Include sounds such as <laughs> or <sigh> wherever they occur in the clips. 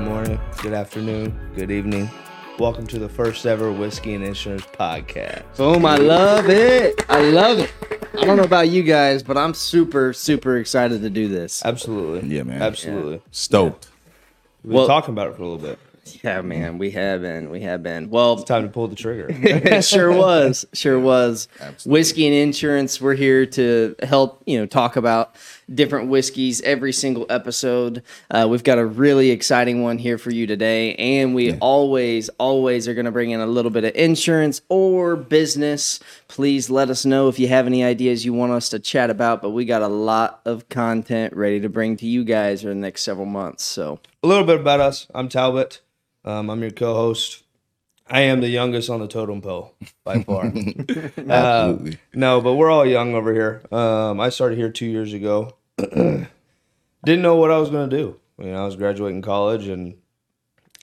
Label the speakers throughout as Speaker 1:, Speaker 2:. Speaker 1: good afternoon, good evening. Welcome to the first ever Whiskey and Insurance podcast.
Speaker 2: Boom, I love it. I love it. I don't know about you guys, but I'm super, super excited to do this.
Speaker 1: Absolutely.
Speaker 3: Yeah, man.
Speaker 1: Absolutely.
Speaker 3: Stoked.
Speaker 1: We've
Speaker 2: Well-
Speaker 1: been talking about it for a little bit.
Speaker 2: Yeah, man, we have been. We have been. Well,
Speaker 1: It's time to pull the trigger. <laughs>
Speaker 2: it sure was. Sure was. Whiskey and insurance. We're here to help you know talk about different whiskeys every single episode. Uh, we've got a really exciting one here for you today, and we always, always are going to bring in a little bit of insurance or business. Please let us know if you have any ideas you want us to chat about. But we got a lot of content ready to bring to you guys over the next several months. So
Speaker 1: a little bit about us. I'm Talbot. Um, I'm your co-host. I am the youngest on the totem pole by
Speaker 3: <laughs>
Speaker 1: far.
Speaker 3: Absolutely.
Speaker 1: <laughs> no, but we're all young over here. Um, I started here two years ago. <clears throat> Didn't know what I was going to do. You know, I was graduating college and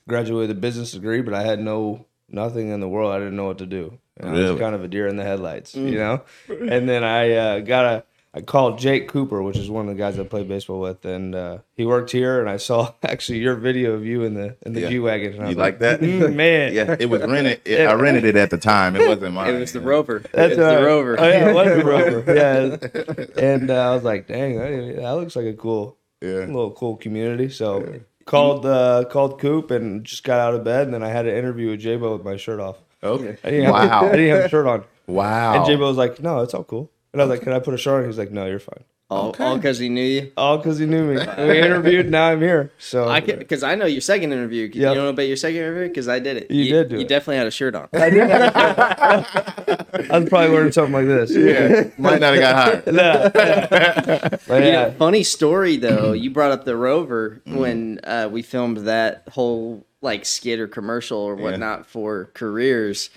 Speaker 1: graduated with a business degree, but I had no nothing in the world. I didn't know what to do. And I was
Speaker 3: Really?
Speaker 1: kind of a deer in the headlights, you know. And then I uh, got a. I called Jake Cooper, which is one of the guys I played baseball with, and uh, he worked here. And I saw <laughs> actually your video of you in the in the
Speaker 3: Yeah.
Speaker 1: G wagon.
Speaker 3: You like that?
Speaker 1: Mm, man?
Speaker 3: <laughs> yeah, it was rented. It, I rented it at the time. It wasn't mine.
Speaker 2: rover.
Speaker 1: That's
Speaker 2: the
Speaker 1: all right.
Speaker 2: rover.
Speaker 1: Oh, yeah, it was the
Speaker 3: <laughs>
Speaker 1: rover. Yeah. And uh, I was like, dang, that, that looks like a cool,
Speaker 3: Yeah.
Speaker 1: little cool community. So called uh, called Coop and just got out of bed. And then I had an interview with J-Bo with my shirt off.
Speaker 3: Okay.
Speaker 1: I didn't have, <laughs>
Speaker 3: Wow.
Speaker 1: I didn't have a shirt on. And
Speaker 3: <laughs> Wow.
Speaker 1: J-Bo was like, no, it's all cool. And I was like, can I put a shirt on? He's like, no, you're fine.
Speaker 2: All because he knew you.
Speaker 1: All because he knew me. We interviewed. Now I'm here. So
Speaker 2: I can because I know your second interview.
Speaker 1: Yeah.
Speaker 2: You know about your second interview because I did it.
Speaker 1: You did do
Speaker 2: You
Speaker 1: it.
Speaker 2: definitely had a
Speaker 1: <laughs>
Speaker 2: shirt on.
Speaker 1: I was probably wearing something like this. <laughs>
Speaker 3: Yeah. Might not have got hired. <laughs>
Speaker 1: Yeah. But
Speaker 2: You
Speaker 1: yeah.
Speaker 2: know, funny story though. you brought up the rover
Speaker 1: Mm-hmm.
Speaker 2: when uh, we filmed that whole like skit or commercial or whatnot for careers.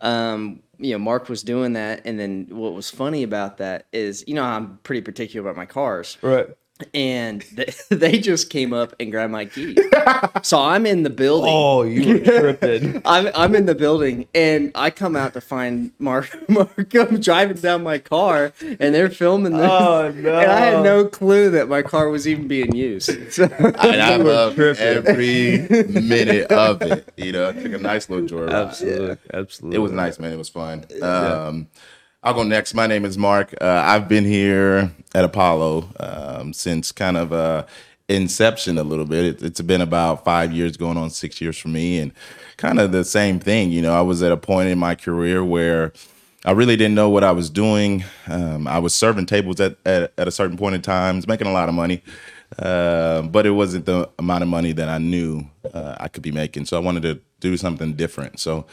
Speaker 2: Um, you know, Mark was doing that, and then what was funny about that is, you know, I'm pretty particular about my cars.
Speaker 1: Right.
Speaker 2: and <laughs> th- they just came up and grabbed
Speaker 1: <laughs>
Speaker 2: my keys. so I'm in the building.
Speaker 1: Oh,
Speaker 3: <laughs>
Speaker 1: you were tripping.
Speaker 2: I'm I'm in the building and I come out to find <laughs> Mark Mark I'm driving down my car and they're filming this.
Speaker 1: Oh, no.
Speaker 2: And I had no clue that my car was even being used. <laughs> So,
Speaker 3: And I love
Speaker 1: tripping.
Speaker 3: every minute of it. You know, I took a nice little joyride.
Speaker 1: Absolutely. Absolutely.
Speaker 3: It was nice, man. It was fun. Um, I'll go next. My name is Mark. Uh, I've been here at Apollo um, since kind of uh, inception a little bit. It, it's been about five years, going on six years for me, and kind of the same thing. You know, I was at a point in my career where I really didn't know what I was doing. Um, I was serving tables at, at, at a certain point in times, making a lot of money, uh, but it wasn't the amount of money that I knew uh, I could be making. So I wanted to do something different. So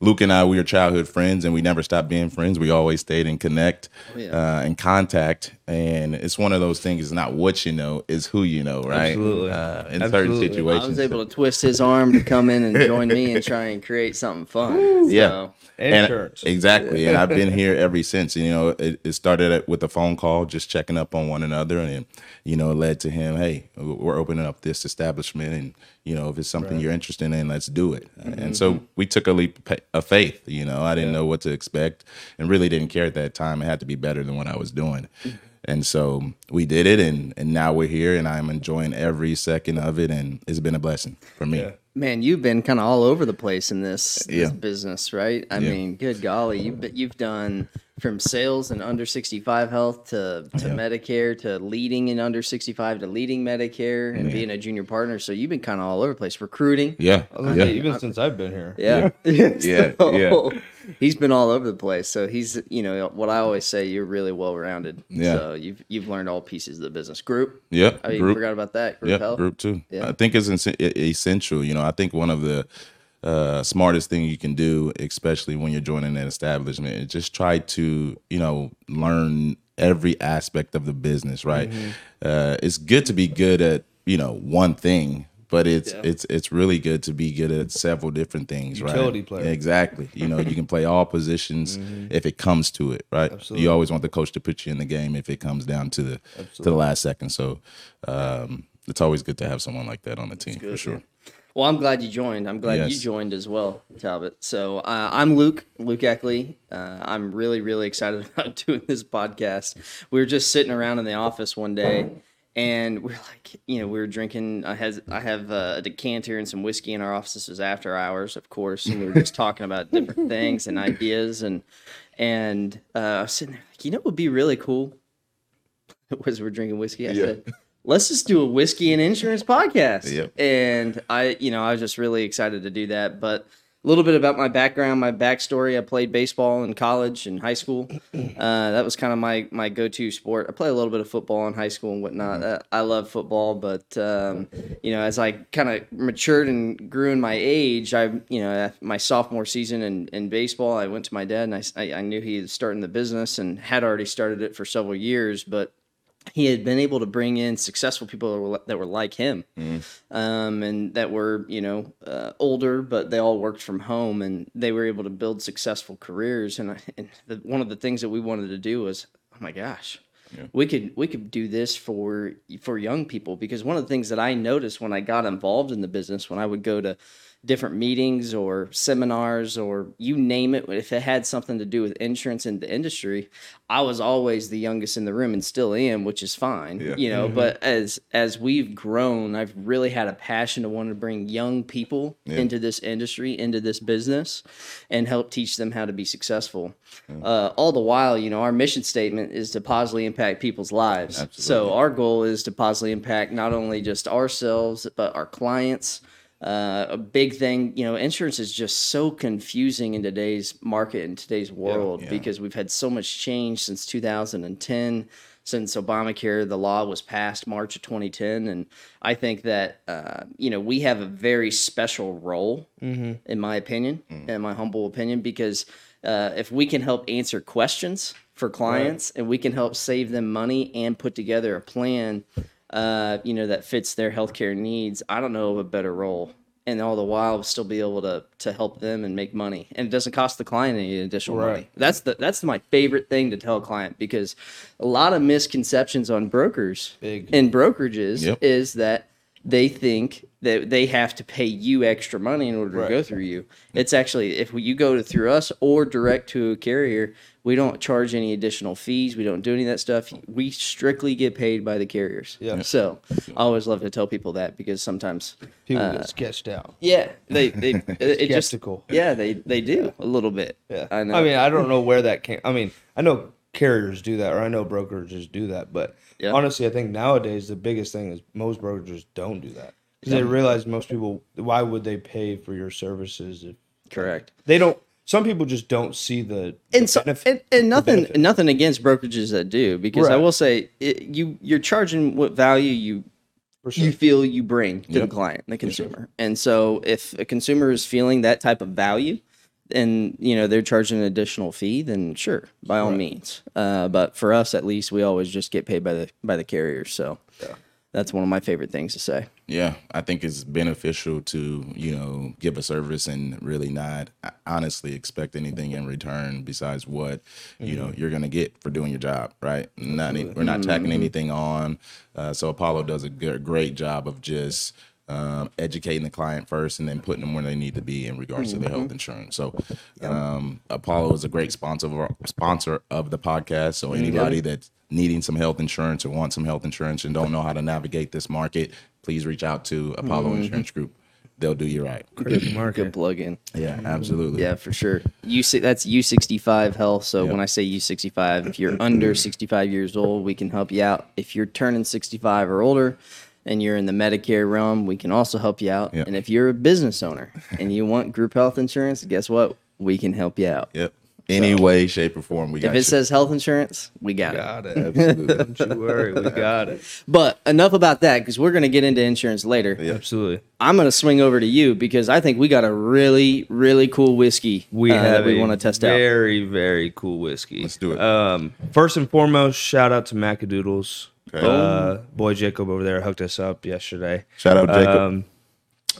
Speaker 3: Luke and I, we were childhood friends, and we never stopped being friends. We always stayed in connect uh, and contact. And it's one of those things: it's not what you know, it's who you know, right?
Speaker 1: Absolutely.
Speaker 3: Uh, in certain
Speaker 1: Absolutely.
Speaker 3: situations,
Speaker 2: I was able to twist his arm to come in and join me and try and create something fun.
Speaker 3: Yeah.
Speaker 2: So,
Speaker 3: And-
Speaker 1: Insurance.
Speaker 3: exactly. And I've been
Speaker 2: <laughs>
Speaker 3: here ever since. And, you know, it, it started at- with a phone call, just checking up on one another. And, you know, it led to him, hey, we're opening up this establishment. And, you know, if it's something you're interested in, let's do it. And so
Speaker 2: Mm-hmm.
Speaker 3: we took a leap of pa- of faith. You know, I didn't know what to expect and really didn't care at that time. It had to be better than what I was doing.
Speaker 2: Mm-hmm.
Speaker 3: And so we did it. And, and now we're here and I'm enjoying every second of it. And it's been a blessing for me.
Speaker 2: man, you've been kind of all over the place in this, this
Speaker 3: Yeah.
Speaker 2: business, right? I
Speaker 3: Yeah.
Speaker 2: mean, good golly, you've been- you've done from sales and under sixty five health to to Medicare to leading in under sixty five to leading Medicare and being a junior partner. So you've been kind of all over the place recruiting.
Speaker 3: Yeah.
Speaker 1: Yeah, even since I've been here.
Speaker 2: Yeah. <laughs>
Speaker 3: Yeah,
Speaker 2: So, He's been all over the place. So he's, you know, what I always say, you're really well rounded.
Speaker 3: Yeah.
Speaker 2: So you've you've learned all pieces of the business group.
Speaker 3: Yeah.
Speaker 2: Oh, you
Speaker 3: Group.
Speaker 2: forgot about that. Group
Speaker 3: yeah,
Speaker 2: health.
Speaker 3: group too.
Speaker 2: Yeah.
Speaker 3: I think it's ins- e- essential. You know, I think one of the uh, smartest thing you can do, especially when you're joining an establishment, is just try to you know learn every aspect of the business. Right?
Speaker 2: Mm-hmm.
Speaker 3: Uh, it's good to be good at you know one thing. But it's it's it's really good to be good at several different things,
Speaker 1: Utility
Speaker 3: right?
Speaker 1: player.
Speaker 3: Exactly. You know, you can play all positions if it comes to it, right? You always want the coach to put you in the game if it comes down to the to the last second. So um, it's always good to have someone like that on the team for sure.
Speaker 2: Well, I'm glad you joined. I'm glad you
Speaker 3: Yes.
Speaker 2: joined as well, Talbot. So uh, I'm Luke, Luke Eckley. Uh, I'm <laughs> really, really excited about doing this podcast. We were just sitting around in the office one day, and we're like, you know, we were drinking. I has I have uh, a decanter and some whiskey in our office. This was after hours, of course, and we were just talking about different things and ideas, and and uh, I was sitting there like, you know, what would be really cool <laughs> was we're drinking whiskey. I
Speaker 3: Yeah.
Speaker 2: said, let's just do a whiskey and insurance podcast.
Speaker 3: Yep.
Speaker 2: And I, you know, I was just really excited to do that. But a little bit about my background, my backstory. I played baseball in college and high
Speaker 3: <clears throat>
Speaker 2: school. Uh, that was kind of my my go to sport. I played a little bit of football in high school and whatnot.
Speaker 3: Mm-hmm.
Speaker 2: Uh, I love football, but um, you know, as I kind of matured and grew in my age, I you know, at my sophomore season in, in baseball, I went to my dad and I s- I, I knew he was starting the business and had already started it for several years, but he had been able to bring in successful people that were, that were like him um, and that were you know uh, older but they all worked from home and they were able to build successful careers and, I, and the, one of the things that we wanted to do was oh my gosh we could we could do this for for young people because one of the things that I noticed when I got involved in the business when I would go to different meetings or seminars or you name it if it had something to do with insurance in the industry I was always the youngest in the room and still am which is fine
Speaker 3: Yeah.
Speaker 2: you know but as as we've grown I've really had a passion to want to bring young people into this industry into this business and help teach them how to be successful uh, all the while you know our mission statement is to positively impact people's lives so our goal is to positively impact not only just ourselves but our clients uh, a big thing you know insurance is just so confusing in today's market in today's world because we've had so much change since 2010 since Obamacare, the law was passed March of 2010, and I think that uh, you know we have a very special role, in my opinion, in my humble opinion, because uh, if we can help answer questions for clients and we can help save them money and put together a plan, uh, you know that fits their healthcare needs, I don't know of a better role. And all the while, still be able to to help them and make money, and it doesn't cost the client any additional
Speaker 1: Right.
Speaker 2: money. That's the that's my favorite thing to tell a client because a lot of misconceptions on brokers
Speaker 1: Big.
Speaker 2: and brokerages
Speaker 3: Yep.
Speaker 2: is that they think that they have to pay you extra money in order
Speaker 1: Right.
Speaker 2: to go through you. It's actually if you go to through us or direct to a carrier, we don't charge any additional fees. We don't do any of that stuff. We strictly get paid by the carriers.
Speaker 1: Yeah.
Speaker 2: So I always love to tell people that because sometimes
Speaker 1: People
Speaker 2: Uh,
Speaker 1: get sketched out.
Speaker 2: yeah they
Speaker 1: <laughs>
Speaker 2: they it, it just
Speaker 1: Skeptical.
Speaker 2: yeah they they do a little bit
Speaker 1: Yeah.
Speaker 2: I know
Speaker 1: mean, I don't know where that came. I mean, I know carriers do that, or I know brokerages do that, but
Speaker 2: Yeah.
Speaker 1: honestly, I think nowadays the biggest thing is most brokerages don't do that because they realize most people. Why would they pay for your services if
Speaker 2: correct.
Speaker 1: they don't? Some people just don't see the, the
Speaker 2: and so
Speaker 1: benefit.
Speaker 2: and, and nothing
Speaker 1: benefit.
Speaker 2: nothing against brokerages that do because I
Speaker 1: Right.
Speaker 2: will say it, you you're charging what value you
Speaker 1: for sure.
Speaker 2: you feel you bring to the client the consumer and so if a consumer is feeling that type of value and you know they're charging an additional fee then sure by all means uh, but for us at least we always just get paid by the by the carrier so that's one of my favorite things to say
Speaker 3: Yeah, I think it's beneficial to you know give a service and really not uh, honestly expect anything in return besides what you know you're gonna get for doing your job, right? Not any, we're not tacking anything on. Uh, so Apollo does a good, great job of just um, educating the client first and then putting them where they need to be in regards to their health insurance. So um, Apollo is a great sponsor of our, sponsor of the podcast. So anybody that's needing some health insurance or want some health insurance and don't know how to navigate this market, please reach out to Apollo Insurance Group. They'll do you right.
Speaker 1: eh?
Speaker 2: good plug in
Speaker 3: Yeah, absolutely.
Speaker 2: Yeah, for sure. You see, that's U sixty five health. So when I say U sixty five, if you're under sixty five years old, we can help you out. If you're turning sixty five or older, and you're in the Medicare realm, we can also help you out.
Speaker 3: Yeah.
Speaker 2: And if you're a business owner and you want group health insurance, guess what? We can help you out.
Speaker 3: Yep. Any way, shape, or form, we got
Speaker 2: If it
Speaker 3: you.
Speaker 2: says health insurance, we got it.
Speaker 1: got it.
Speaker 3: Absolutely.
Speaker 1: Don't you worry, we got it.
Speaker 2: But enough about that because we're going to get into insurance later.
Speaker 1: <laughs> Absolutely.
Speaker 2: I'm going to swing over to you because I think we got a really, really cool whiskey
Speaker 1: we
Speaker 2: uh,
Speaker 1: have
Speaker 2: that we
Speaker 1: a
Speaker 2: want to test out.
Speaker 1: very very cool whiskey.
Speaker 3: Let's do it.
Speaker 1: Um, first and foremost, shout out to Macadoodles.
Speaker 3: Okay.
Speaker 1: Uh, boy Jacob over there hooked us up yesterday.
Speaker 3: Shout out Jacob.
Speaker 1: Um,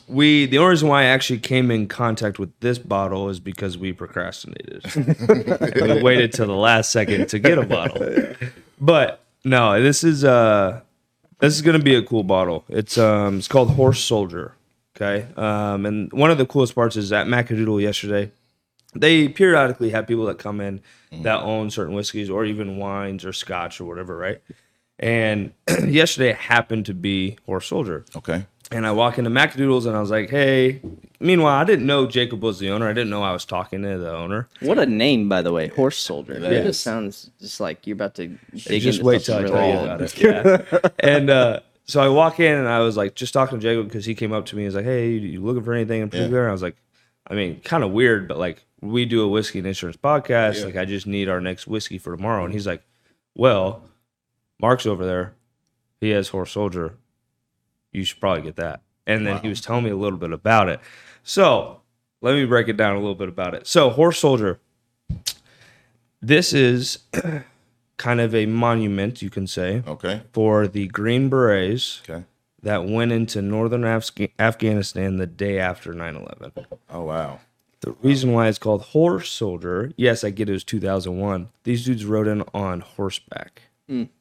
Speaker 1: we the only reason why I actually came in contact with this bottle is because we procrastinated. we waited till the last second to get a bottle. But no, this is uh this is gonna be a cool bottle. It's um it's called Horse Soldier. Okay. Um and one of the coolest parts is at Macadoodle yesterday, they periodically have people that come in that own certain whiskeys or even wines or scotch or whatever, right? And <clears throat> yesterday it happened to be Horse Soldier.
Speaker 3: Okay.
Speaker 1: And I walk into McAdoodles and I was like, hey. Meanwhile, I didn't know Jacob was the owner. I didn't know I was talking to the owner.
Speaker 2: What a name, by the way, horse soldier. That just sounds just like you're about to dig
Speaker 1: just
Speaker 2: into
Speaker 1: wait till I
Speaker 2: something
Speaker 1: tell you
Speaker 2: really
Speaker 1: about
Speaker 2: old.
Speaker 1: it. <laughs> Yeah. and uh, so I walk in and I was like just talking to Jacob because he came up to me. He's like, "Hey, you, you looking for anything in particular?" And I was like, "I mean, kind of weird, but like we do a whiskey and insurance podcast. Like I just need our next whiskey for tomorrow." And he's like, "Well, Mark's over there. He has Horse Soldier. You should probably get that." And then he was telling me a little bit about it. So let me break it down a little bit about it. So Horse Soldier. This is <clears throat> kind of a monument, you can say,
Speaker 3: Okay.
Speaker 1: for the Green Berets
Speaker 3: Okay.
Speaker 1: that went into northern Afs- Afghanistan the day after 9 11.
Speaker 3: Oh wow.
Speaker 1: The reason why it's called Horse Soldier, yes, I get it was 2001. These dudes rode in on horseback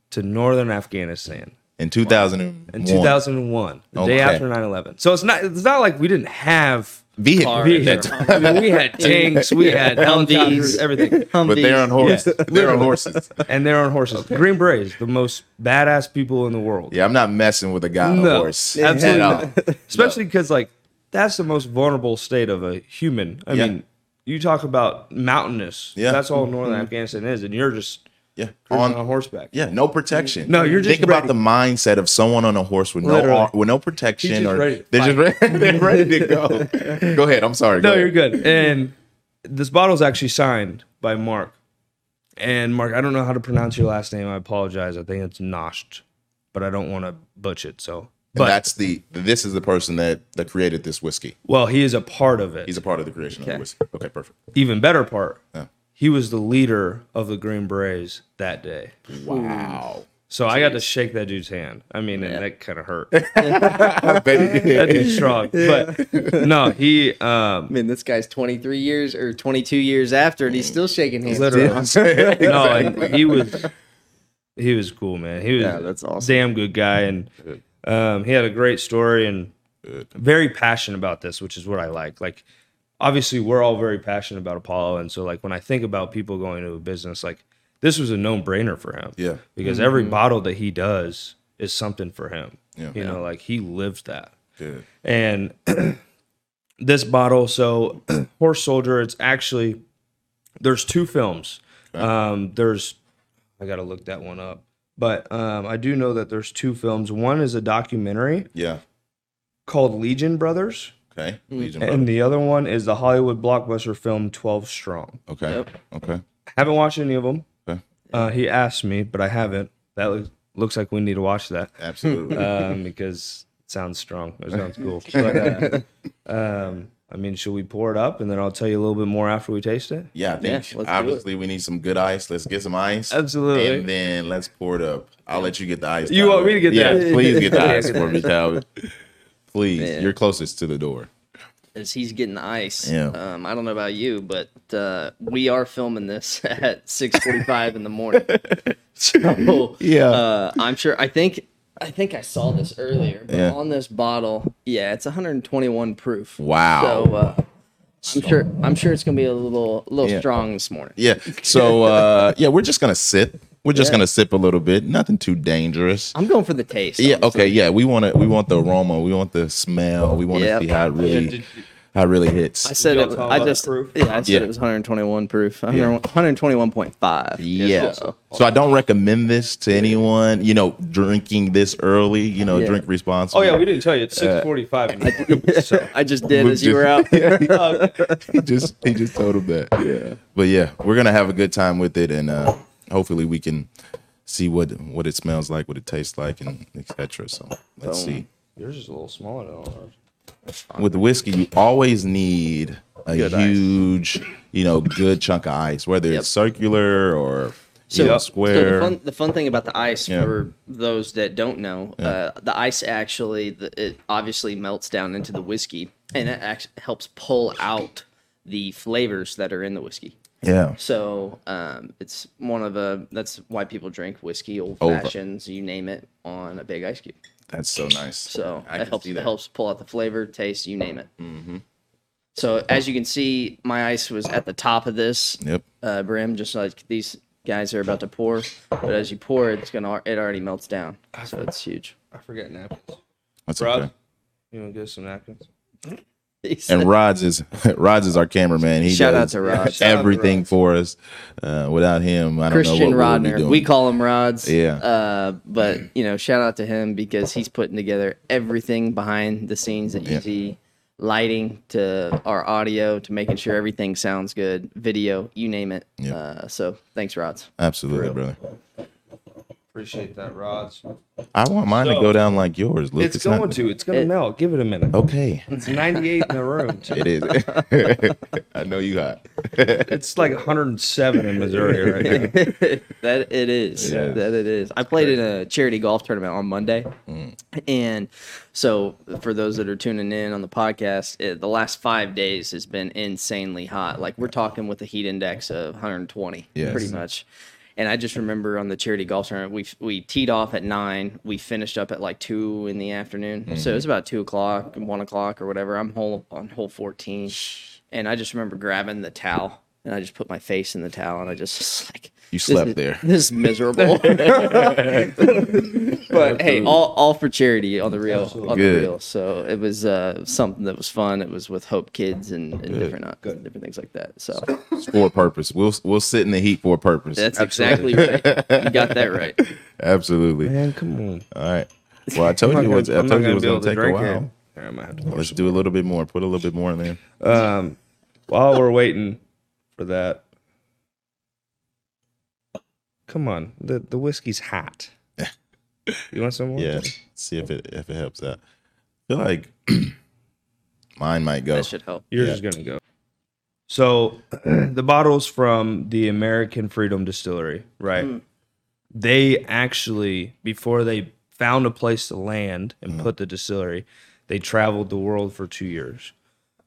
Speaker 1: to northern Afghanistan
Speaker 3: In 2001.
Speaker 1: in 2001, the day
Speaker 3: Okay.
Speaker 1: after 9 11. So it's not, it's not like we didn't have.
Speaker 3: vehicle.
Speaker 1: vehicles. <laughs> I mean, we had
Speaker 3: <laughs>
Speaker 1: tanks, we had helicopters,
Speaker 2: Humvees.
Speaker 1: everything.
Speaker 3: But they're on horses. They're on horses.
Speaker 1: And they're on horses. Green Berets, the most badass people in the world.
Speaker 3: Yeah, I'm not messing with a guy on a
Speaker 1: No, <laughs>
Speaker 3: horse.
Speaker 1: absolutely
Speaker 3: at all.
Speaker 1: especially because like that's the most vulnerable state of a human. I
Speaker 3: Yeah.
Speaker 1: mean, you talk about mountainous.
Speaker 3: Yeah.
Speaker 1: that's all northern Afghanistan is, and you're just
Speaker 3: Yeah.
Speaker 1: on,
Speaker 3: On
Speaker 1: on horseback.
Speaker 3: yeah, no protection.
Speaker 1: No, you're just
Speaker 3: think about
Speaker 1: ready.
Speaker 3: the mindset of someone on a horse with no
Speaker 1: Literally.
Speaker 3: ar- with no protection
Speaker 1: He's just
Speaker 3: or
Speaker 1: ready to
Speaker 3: they're just ready, <laughs> they're ready to
Speaker 1: <laughs>
Speaker 3: go. go ahead. I'm sorry.
Speaker 1: No,
Speaker 3: go
Speaker 1: you're
Speaker 3: ahead.
Speaker 1: good. And this bottle's actually signed by Mark. And Mark, I don't know how to pronounce your last name. I apologize. I think it's Nosht, but I don't want to butch it. So,
Speaker 3: And
Speaker 1: but
Speaker 3: that's the this is the person that that created this whiskey.
Speaker 1: well, he is a part of it.
Speaker 3: He's a part of the creation of the whiskey. Okay, perfect. <laughs>
Speaker 1: Even better part,
Speaker 3: Yeah.
Speaker 1: he was the leader of the Green Berets that day.
Speaker 3: Wow.
Speaker 1: So I got to shake that dude's hand. I mean, and that kind of hurt.
Speaker 3: I bet he
Speaker 1: <laughs>
Speaker 3: did.
Speaker 1: that dude's
Speaker 3: <laughs>
Speaker 1: strong. But no, he
Speaker 2: I
Speaker 1: um
Speaker 2: mean, this guy's 23 years or 22 years after, and he's still shaking hands.
Speaker 1: literally
Speaker 3: <laughs>
Speaker 1: <laughs> no, and he was he was cool, man. He was
Speaker 2: Yeah, that's awesome.
Speaker 1: damn good guy and um he had a great story and very passionate about this, which is what I like. Like obviously we're all very passionate about Apollo and so like when I think about people going to a business like this was a no-brainer for him.
Speaker 3: Yeah.
Speaker 1: Because every bottle that he does is something for him.
Speaker 3: Yeah.
Speaker 1: You know, like he lives that.
Speaker 3: Good.
Speaker 1: and <clears throat> this bottle so <clears throat> horse soldier it's actually there's two films um there's i gotta look that one up but um i do know that there's two films one is a documentary
Speaker 3: Yeah.
Speaker 1: called legion brothers
Speaker 3: Okay. Legion
Speaker 1: Mm. and the other one is the hollywood blockbuster film 12 strong
Speaker 3: Brother. Okay. Okay.
Speaker 1: haven't watched any of them
Speaker 3: Okay.
Speaker 1: uh he asked me but i haven't that looks, looks like we need to watch that
Speaker 3: Absolutely.
Speaker 1: um, because it sounds strong. It sounds
Speaker 3: <laughs>
Speaker 1: cool. But, uh, um, I mean, should we pour it up and then I'll tell you a little bit more after we taste it?
Speaker 3: yeah, I think
Speaker 2: Yeah, let's do
Speaker 3: obviously we need some good ice. Let's get some ice.
Speaker 1: Absolutely.
Speaker 3: And then let's pour it up. I'll let you get the ice.
Speaker 1: You
Speaker 3: Tyler.
Speaker 1: want me to get the
Speaker 3: yeah,
Speaker 1: ice?
Speaker 3: Please get the ice
Speaker 1: <laughs>
Speaker 3: for me, Tyler. Please. You're closest to the door.
Speaker 2: as he's getting the ice.
Speaker 3: Yeah.
Speaker 2: Um, I don't know about you, but uh, we are filming this <laughs> at 6:45 in the
Speaker 3: <laughs>
Speaker 2: morning. So
Speaker 3: Yeah.
Speaker 2: uh, I'm sure. I think I think I saw this earlier, but
Speaker 3: Yeah.
Speaker 2: on this bottle, yeah, it's 121 proof.
Speaker 3: Wow.
Speaker 2: So uh, I'm sure I'm sure it's gonna be a little a little
Speaker 3: Yeah.
Speaker 2: strong this morning.
Speaker 3: Yeah.
Speaker 1: <laughs>
Speaker 3: So uh yeah, we're just gonna sip. We're just
Speaker 2: Yeah.
Speaker 3: gonna sip a little bit. Nothing too dangerous.
Speaker 2: I'm going for the taste.
Speaker 3: Yeah,
Speaker 2: honestly.
Speaker 3: okay, yeah. We wanna we want the aroma, we want the smell, we want
Speaker 2: Yep.
Speaker 3: to see how it really how it really hits.
Speaker 2: I said
Speaker 1: Y'all
Speaker 2: it.
Speaker 1: talk
Speaker 2: I
Speaker 1: about
Speaker 2: just
Speaker 1: proof?
Speaker 2: yeah. I said
Speaker 3: Yeah.
Speaker 2: it was 121 proof. 121.5.
Speaker 3: Yeah.
Speaker 2: So-
Speaker 3: So I don't recommend this to anyone. You know, drinking this early. You know,
Speaker 2: Yeah.
Speaker 3: drink responsibly.
Speaker 1: Oh, yeah, we didn't tell you. It's
Speaker 3: Uh,
Speaker 1: 645. in the morning. <laughs>
Speaker 3: <laughs>
Speaker 1: so,
Speaker 2: I just did as you were out.
Speaker 3: he just he just told him that. Yeah. But yeah, we're gonna have a good time with it, and uh, hopefully we can see what what it smells like, what it tastes like, and etc. So let's see.
Speaker 1: yours is a little smaller than ours.
Speaker 3: With whiskey, you always need a huge, you know, good chunk of ice, whether it's circular or you know,
Speaker 1: Yep. so
Speaker 3: square.
Speaker 2: So the fun, the fun thing about the ice
Speaker 3: Yeah.
Speaker 2: for those that don't know, uh, the ice actually the, it obviously melts down into the whiskey, and it act- helps pull out the flavors that are in the whiskey.
Speaker 3: yeah.
Speaker 2: So um, it's one of the that's why people drink whiskey, old
Speaker 3: Over.
Speaker 2: fashions, you name it, on a big ice cube.
Speaker 3: That's so nice.
Speaker 2: So
Speaker 3: I
Speaker 2: it
Speaker 3: can
Speaker 2: helps
Speaker 3: see
Speaker 2: it
Speaker 3: that. Mm-hmm.
Speaker 2: helps pull out the flavor, taste, you name it. So as you can see, my ice was at the top of this
Speaker 3: Yep.
Speaker 2: uh, brim, just like these guys are about to pour. But as you pour, it's gonna it already melts down, so it's huge. <laughs>
Speaker 1: I forget napkins.
Speaker 3: That's
Speaker 1: Rod,
Speaker 3: okay.
Speaker 1: you want to get some napkins?
Speaker 3: And Rods is <laughs> Rods is our cameraman. He
Speaker 2: Shout out
Speaker 3: does
Speaker 2: to Rod.
Speaker 1: Shout out to
Speaker 3: everything
Speaker 1: Rod.
Speaker 3: for us. Uh, without him, I don't
Speaker 2: Christian
Speaker 3: know what we would be
Speaker 2: Rodner.
Speaker 3: doing.
Speaker 2: We call him Rods.
Speaker 3: Yeah.
Speaker 2: Uh, but you know, shout out to him because he's putting together everything behind the scenes that you
Speaker 3: Yeah.
Speaker 2: see, lighting to our audio to making sure everything sounds good, video, you name it.
Speaker 3: Yeah.
Speaker 2: Uh, so thanks, Rods. <laughs>
Speaker 3: Absolutely, brother.
Speaker 1: Appreciate that, Rods.
Speaker 3: I want mine to
Speaker 1: So-
Speaker 3: go down like yours, Luke.
Speaker 1: It's, going
Speaker 3: not,
Speaker 1: to. It's going to
Speaker 2: It-
Speaker 1: melt. Give it a minute.
Speaker 3: <laughs> Okay,
Speaker 1: It's 98 in the room. too.
Speaker 3: Oh. <laughs> it is. <laughs> I know you hot.
Speaker 1: It's like 107 in Missouri right now.
Speaker 2: that it is.
Speaker 3: Yeah.
Speaker 2: That it is. I played in a charity golf tournament on Monday. And so, for those that are tuning in on the podcast, it, the last five days has been insanely hot. Like, we're talking with a heat index of 120,
Speaker 3: Yes.
Speaker 2: pretty much. And I just remember on the charity golf tournament, we, we teed off at nine. We finished up at like two in the afternoon.
Speaker 3: Mm-hmm.
Speaker 2: So it was about two o'clock, one o'clock, or whatever. I'm hole on hole 14. And I just remember grabbing the towel and I just put my face in the towel and I just was like,
Speaker 3: You
Speaker 2: this
Speaker 3: slept
Speaker 2: is-
Speaker 3: there.
Speaker 2: This is
Speaker 3: <laughs>
Speaker 2: miserable. <laughs> but hey, all, all for charity on the real, on
Speaker 3: Good.
Speaker 2: the real. So it was uh, something that was fun. It was with Hope Kids and, and different uh, different things like that. So
Speaker 3: It's for a purpose. We'll we'll sit in the heat for a purpose.
Speaker 2: that's exactly right. You got that
Speaker 1: <laughs>
Speaker 2: right.
Speaker 3: Absolutely.
Speaker 1: Man, come on.
Speaker 3: All right. Well, I told you what I
Speaker 1: I'm not
Speaker 3: told you
Speaker 1: gonna
Speaker 3: it was
Speaker 1: be able to
Speaker 3: going to take a
Speaker 1: drink
Speaker 3: while.
Speaker 1: it. Yeah, I might have to
Speaker 3: Let's do a little bit more. Put a little bit more in there.
Speaker 1: Um, while we're waiting for that, come on, the the whiskey's hot. You want some more?
Speaker 3: Yeah. See if it if it helps out. I feel like <clears throat> mine might go.
Speaker 2: That should help.
Speaker 1: yours is gonna go. So, <clears throat> the bottles from the American Freedom Distillery, right? They actually, before they found a place to land and put the distillery, they traveled the world for two years.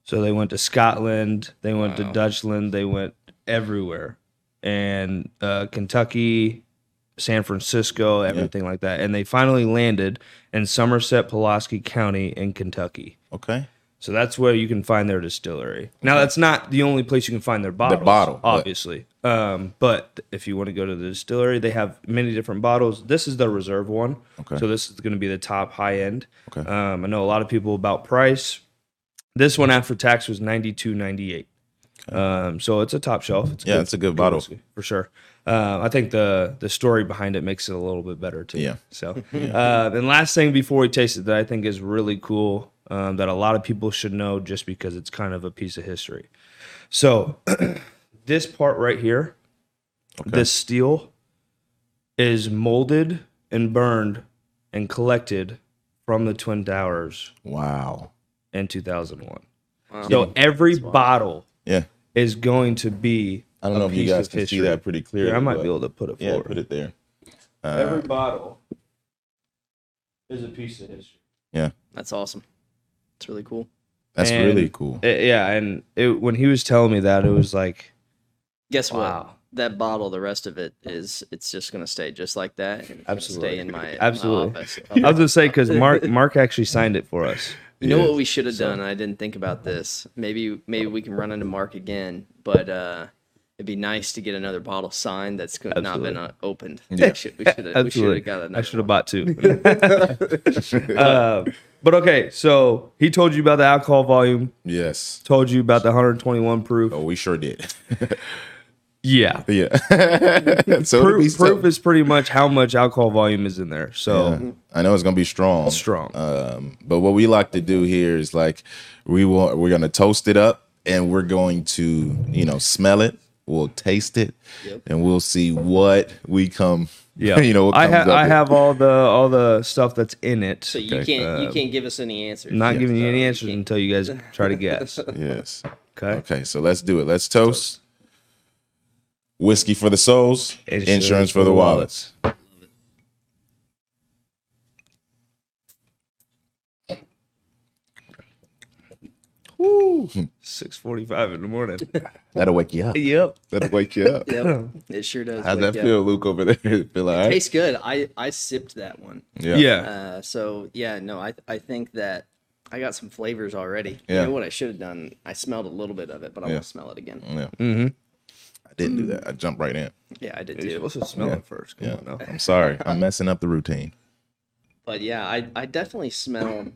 Speaker 1: So they went to Scotland, they went to Dutchland, they went everywhere, and uh, Kentucky, San Francisco, everything like that. And they finally landed in Somerset Pulaski County in Kentucky.
Speaker 3: Okay.
Speaker 1: So that's where you can find their distillery. Now that's not the only place you can find their bottles.
Speaker 3: bottle, but-
Speaker 1: obviously. Um, but if you want to go to the distillery, they have many different bottles. This is the reserve one.
Speaker 3: Okay.
Speaker 1: So this is going to be the top high end.
Speaker 3: Okay.
Speaker 1: Um, I know a lot of people about price. This one after tax was ninety two ninety eight. Um, so it's a top shelf. It's
Speaker 3: Yeah, it's a good bottle.
Speaker 1: whiskey, for sure. Uh, I think the the story behind it makes it a little bit better too.
Speaker 3: <laughs> Yeah.
Speaker 1: So, uh, and last thing before we taste it that I think is really cool um, that a lot of people should know just because it's kind of a piece of history. So, <clears throat> this part right here, this steel is molded and burned and collected from the Twin Towers
Speaker 3: Wow.
Speaker 1: in 2001. So, every bottle
Speaker 3: Yeah.
Speaker 1: is going to be.
Speaker 3: I don't know if you
Speaker 1: piece
Speaker 3: guys
Speaker 1: of
Speaker 3: can see
Speaker 1: history.
Speaker 3: that pretty clearly.
Speaker 1: Here, I might
Speaker 3: but-
Speaker 1: be able to put it
Speaker 3: Yeah,
Speaker 1: forward.
Speaker 3: put it there. Uh,
Speaker 1: Every bottle is a piece of history.
Speaker 2: That's awesome. It's really cool.
Speaker 3: That's
Speaker 1: And-
Speaker 3: really cool.
Speaker 1: It- yeah, and it, when he was telling me that, it was <laughs> like,
Speaker 2: Guess what?
Speaker 1: Wow.
Speaker 2: That bottle, the rest of it is, it's just going to stay just like that. And it's gonna
Speaker 1: Absolutely.
Speaker 2: Stay in my,
Speaker 1: Absolutely.
Speaker 2: my office.
Speaker 1: <laughs> I was gonna say because Mark Mark actually signed it for <laughs> us.
Speaker 2: You know what we should have done? I didn't think about this. Maybe maybe we can run into Mark again, but uh, it'd be nice to get another bottle signed that's go- not been uh, opened. We should we should have got
Speaker 1: I
Speaker 2: another.
Speaker 1: should have bought two. <laughs> Uh, but okay, so he told you about the alcohol volume.
Speaker 3: Yes.
Speaker 1: Told you about the 121 proof.
Speaker 3: Oh, we sure did.
Speaker 1: Yeah,
Speaker 3: yeah. <laughs> so
Speaker 1: proof,
Speaker 3: it'll be still-
Speaker 1: proof is pretty much how much alcohol volume is in there. So
Speaker 3: Yeah. I know it's gonna be strong.
Speaker 1: strong.
Speaker 3: Um, but what we like to do here is like we want we're gonna toast it up and we're going to you know smell it. We'll taste it, and we'll see what we come.
Speaker 1: yeah,
Speaker 3: <laughs> you know what
Speaker 1: I
Speaker 3: comes
Speaker 1: have
Speaker 3: up
Speaker 1: I
Speaker 3: with.
Speaker 1: have all the all the stuff that's in it. Uh,
Speaker 2: so you can't
Speaker 3: uh,
Speaker 2: you can't give us any answers.
Speaker 1: not giving you
Speaker 2: So
Speaker 1: any
Speaker 2: you
Speaker 1: answers
Speaker 2: can't-
Speaker 1: until you guys try to
Speaker 2: <laughs>
Speaker 1: guess. Okay.
Speaker 3: Yes. Okay, so let's do it. Let's toast.
Speaker 1: Toast.
Speaker 3: Whiskey for the souls, insurance, for the wallets.
Speaker 1: <laughs> Six forty-five in the
Speaker 2: <laughs>
Speaker 1: morning.
Speaker 3: That'll wake you up.
Speaker 1: yep.
Speaker 3: <laughs> That'll wake you up.
Speaker 2: Yep, it sure does.
Speaker 3: How'd
Speaker 2: wake
Speaker 3: that
Speaker 2: you up.
Speaker 3: feel, Luke, over there? <laughs> feel all right?
Speaker 2: Tastes good. I I sipped that one.
Speaker 3: yeah.
Speaker 1: Yeah.
Speaker 2: Uh, so yeah, no, I I think that I got some flavors already.
Speaker 3: Yeah.
Speaker 2: You know what I should have done? I smelled a little bit of it, but I'm
Speaker 3: Yeah.
Speaker 2: gonna smell it again.
Speaker 3: Yeah.
Speaker 1: Mm-hmm.
Speaker 3: I didn't do that. I jumped right in.
Speaker 2: Yeah, I did
Speaker 1: You're
Speaker 2: too.
Speaker 1: supposed to smell it first. Come
Speaker 3: Yeah.
Speaker 1: on now. <laughs>
Speaker 3: I'm sorry. I'm messing up the routine.
Speaker 2: But yeah, I, I definitely smell.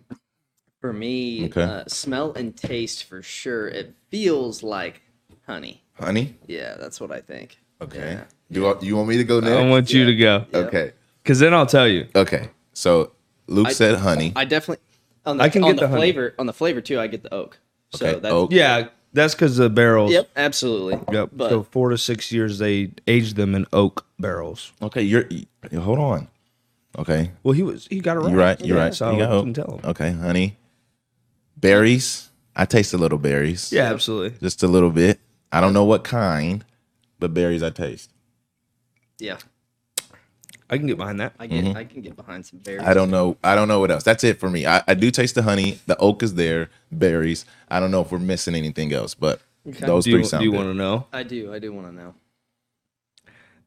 Speaker 2: For me,
Speaker 3: Okay.
Speaker 2: uh, smell and taste for sure. It feels like honey.
Speaker 3: Honey?
Speaker 2: Yeah, that's what I think.
Speaker 3: Okay. You want, you want me to go
Speaker 1: I
Speaker 3: next?
Speaker 1: want you to go.
Speaker 2: Yeah.
Speaker 3: Okay.
Speaker 1: Because then I'll tell you.
Speaker 3: Okay. So Luke said honey.
Speaker 2: I definitely on the,
Speaker 1: I can
Speaker 2: on
Speaker 1: get the honey.
Speaker 2: flavor on the flavor too. I get the oak. So
Speaker 3: Okay,
Speaker 2: that's,
Speaker 3: oak.
Speaker 1: Yeah, that's because the barrels.
Speaker 2: Yep, absolutely.
Speaker 1: Yep.
Speaker 2: But
Speaker 1: so four to six years they aged them in oak barrels.
Speaker 3: okay, you're you- hold on. Okay.
Speaker 1: Well, he was he got it right.
Speaker 3: You're right. You're right.
Speaker 1: So
Speaker 3: you
Speaker 1: I
Speaker 3: got Oh.
Speaker 1: couldn't tell him.
Speaker 3: Okay, honey. Berries. I taste a little berries.
Speaker 1: Yeah, absolutely.
Speaker 3: Just a little bit. I don't know what kind, but berries I taste.
Speaker 2: yeah,
Speaker 1: I can get behind that.
Speaker 2: I get I can get behind some berries.
Speaker 3: I don't know. I don't know what else. That's it for me. I, I do taste the honey. The oak is there. Berries. I don't know if we're missing anything else, but
Speaker 2: Okay.
Speaker 3: those
Speaker 1: Do
Speaker 3: three
Speaker 1: you,
Speaker 3: sound
Speaker 1: do you
Speaker 3: good.
Speaker 1: want to know?
Speaker 2: I do. I do want to know.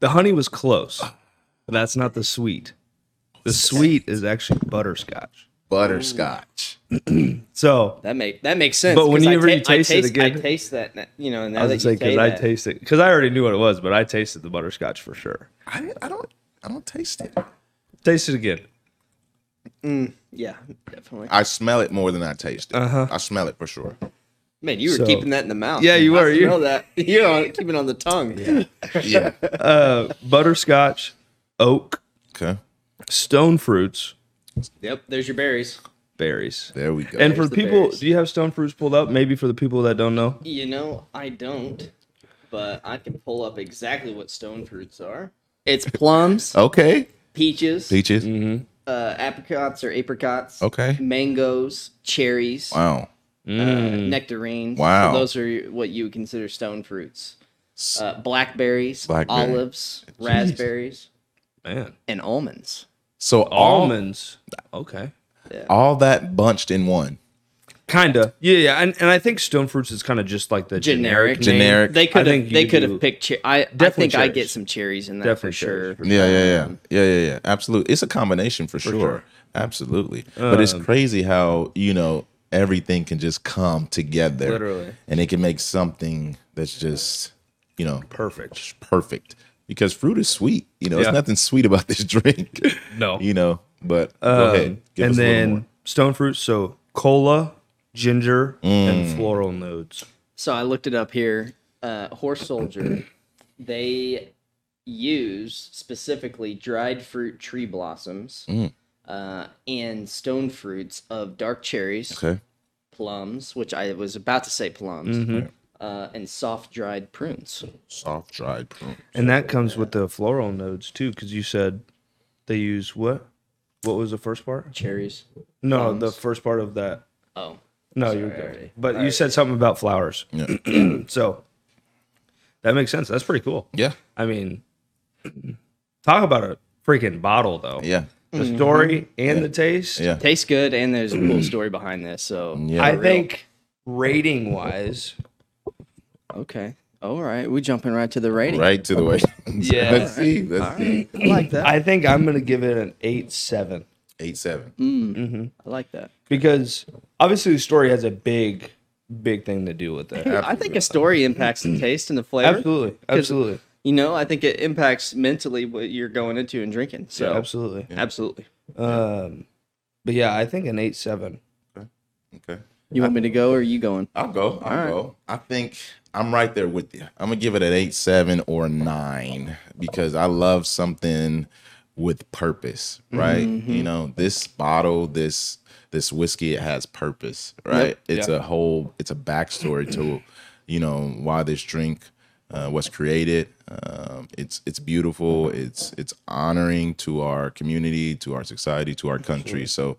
Speaker 1: The honey was close, but that's not the sweet. The sweet is actually butterscotch.
Speaker 3: butterscotch.
Speaker 1: So
Speaker 2: That make that makes sense.
Speaker 1: But
Speaker 2: 'cause
Speaker 1: whenever
Speaker 2: I
Speaker 1: you taste it
Speaker 2: I taste,
Speaker 1: again-
Speaker 2: I taste that. na- You know,
Speaker 1: I
Speaker 2: now
Speaker 1: was
Speaker 2: that
Speaker 1: gonna say
Speaker 2: you say
Speaker 1: because I
Speaker 2: that,
Speaker 1: tasted because I already knew what it was, but I tasted the butterscotch for sure.
Speaker 3: I, I don't I don't taste it.
Speaker 1: Taste it again.
Speaker 2: yeah, definitely.
Speaker 3: I smell it more than I taste it.
Speaker 1: Uh-huh.
Speaker 3: I smell it for sure.
Speaker 2: Man, you were
Speaker 1: So-
Speaker 2: keeping that in the mouth.
Speaker 1: Yeah, you
Speaker 2: I
Speaker 1: were, you-
Speaker 2: know that. <laughs> You know, keeping it on the tongue.
Speaker 3: Yeah.
Speaker 1: Uh, butterscotch, oak,
Speaker 3: okay.
Speaker 1: stone fruits,
Speaker 2: Yep. There's your berries.
Speaker 1: berries.
Speaker 3: There we go.
Speaker 1: And for
Speaker 2: the
Speaker 1: people,
Speaker 2: berries.
Speaker 1: do you have stone fruits pulled up? Maybe for the people that don't know.
Speaker 2: You know, I don't, but I can pull up exactly what stone fruits are. It's plums,
Speaker 3: okay.
Speaker 2: peaches,
Speaker 3: Peaches.
Speaker 1: Mm-hmm.
Speaker 2: uh, apricots or apricots.
Speaker 3: Okay.
Speaker 2: Mangoes, cherries,
Speaker 3: Wow.
Speaker 2: uh,
Speaker 1: Mm.
Speaker 2: nectarines.
Speaker 3: Wow.
Speaker 2: So those are what you would consider stone fruits. Uh, blackberries,
Speaker 3: Blackberry.
Speaker 2: olives, raspberries,
Speaker 1: Man,
Speaker 2: and almonds.
Speaker 3: So all
Speaker 1: almonds. Okay.
Speaker 3: all that bunched in one.
Speaker 1: Kinda. Yeah, yeah. And, and I think stone fruits is kind of just like the generic.
Speaker 2: Generic.
Speaker 1: name.
Speaker 3: Generic.
Speaker 2: They could
Speaker 1: I think
Speaker 2: have. They
Speaker 1: you
Speaker 2: could
Speaker 1: do-
Speaker 2: have picked. Che- I, I
Speaker 1: Definitely
Speaker 2: think I get
Speaker 1: cherries.
Speaker 2: some cherries in that
Speaker 1: Definitely
Speaker 2: for sure.
Speaker 1: cherries, for
Speaker 3: Yeah, yeah, yeah.
Speaker 1: Um,
Speaker 3: Yeah, yeah, yeah. Absolutely. It's a combination for, sure. Absolutely. but
Speaker 1: Um,
Speaker 3: it's crazy how, you know, everything can just come together.
Speaker 1: Literally.
Speaker 3: And it can make something that's just, you know,
Speaker 1: Perfect.
Speaker 3: perfect. Because fruit is sweet. You know,
Speaker 1: Yeah.
Speaker 3: there's nothing sweet about this <laughs> drink.
Speaker 1: No.
Speaker 3: You know, but go ahead.
Speaker 1: Um,
Speaker 3: Give
Speaker 1: and
Speaker 3: us a little
Speaker 1: then
Speaker 3: more.
Speaker 1: stone fruits. So cola, ginger, and
Speaker 3: Mm.
Speaker 1: floral notes.
Speaker 2: So I looked it up here. Uh, Horse Soldier, they use specifically dried fruit tree blossoms
Speaker 3: Mm.
Speaker 2: uh, and stone fruits of dark cherries,
Speaker 3: Okay.
Speaker 2: plums, which I was about to say plums, uh, and soft dried prunes.
Speaker 3: Soft dried prune.
Speaker 1: And that comes with the floral notes too, because you said they use what? What was the first part?
Speaker 2: Cherries.
Speaker 1: No, the first part of that.
Speaker 2: Oh,
Speaker 1: No, you're good. But you said something about flowers.
Speaker 3: Yeah.
Speaker 1: <clears throat> So that makes sense. That's pretty cool.
Speaker 3: yeah.
Speaker 1: I mean, <clears throat> talk about a freaking bottle though.
Speaker 3: Yeah.
Speaker 1: The story and the taste.
Speaker 3: Mm-hmm. Yeah.
Speaker 2: tastes good, and there's a
Speaker 3: <clears throat>
Speaker 2: cool story behind this. So
Speaker 3: Yeah.
Speaker 1: I
Speaker 2: For real.
Speaker 1: think rating wise,
Speaker 2: okay, all right, we're jumping right to the rating.
Speaker 3: Right to the way.
Speaker 1: <laughs> Yeah.
Speaker 3: <laughs> Let's see. Let's see.
Speaker 2: I like that.
Speaker 1: I think I'm gonna give it an eight seven
Speaker 3: Eight seven.
Speaker 1: Mm.
Speaker 2: I like that.
Speaker 1: because obviously the story has a big, big thing to do with it.
Speaker 3: <laughs>
Speaker 2: I think a story impacts the taste and the flavor.
Speaker 1: Absolutely, absolutely,
Speaker 2: you know i think it impacts mentally what you're going into and drinking so
Speaker 1: absolutely.
Speaker 2: absolutely
Speaker 1: Um, but yeah, I think an eight seven.
Speaker 3: Okay.
Speaker 2: you want me to go or are you going
Speaker 3: I'll go. I'll
Speaker 2: right.
Speaker 3: go. I think I'm right there with you. I'm gonna give it an eight, seven, or nine because I love something with purpose, right? You know, this bottle, this this whiskey, it has purpose, right? It's a whole, it's a backstory to, you know, why this drink uh, was created. Um, it's it's beautiful. It's it's honoring to our community, to our society, to our country. So,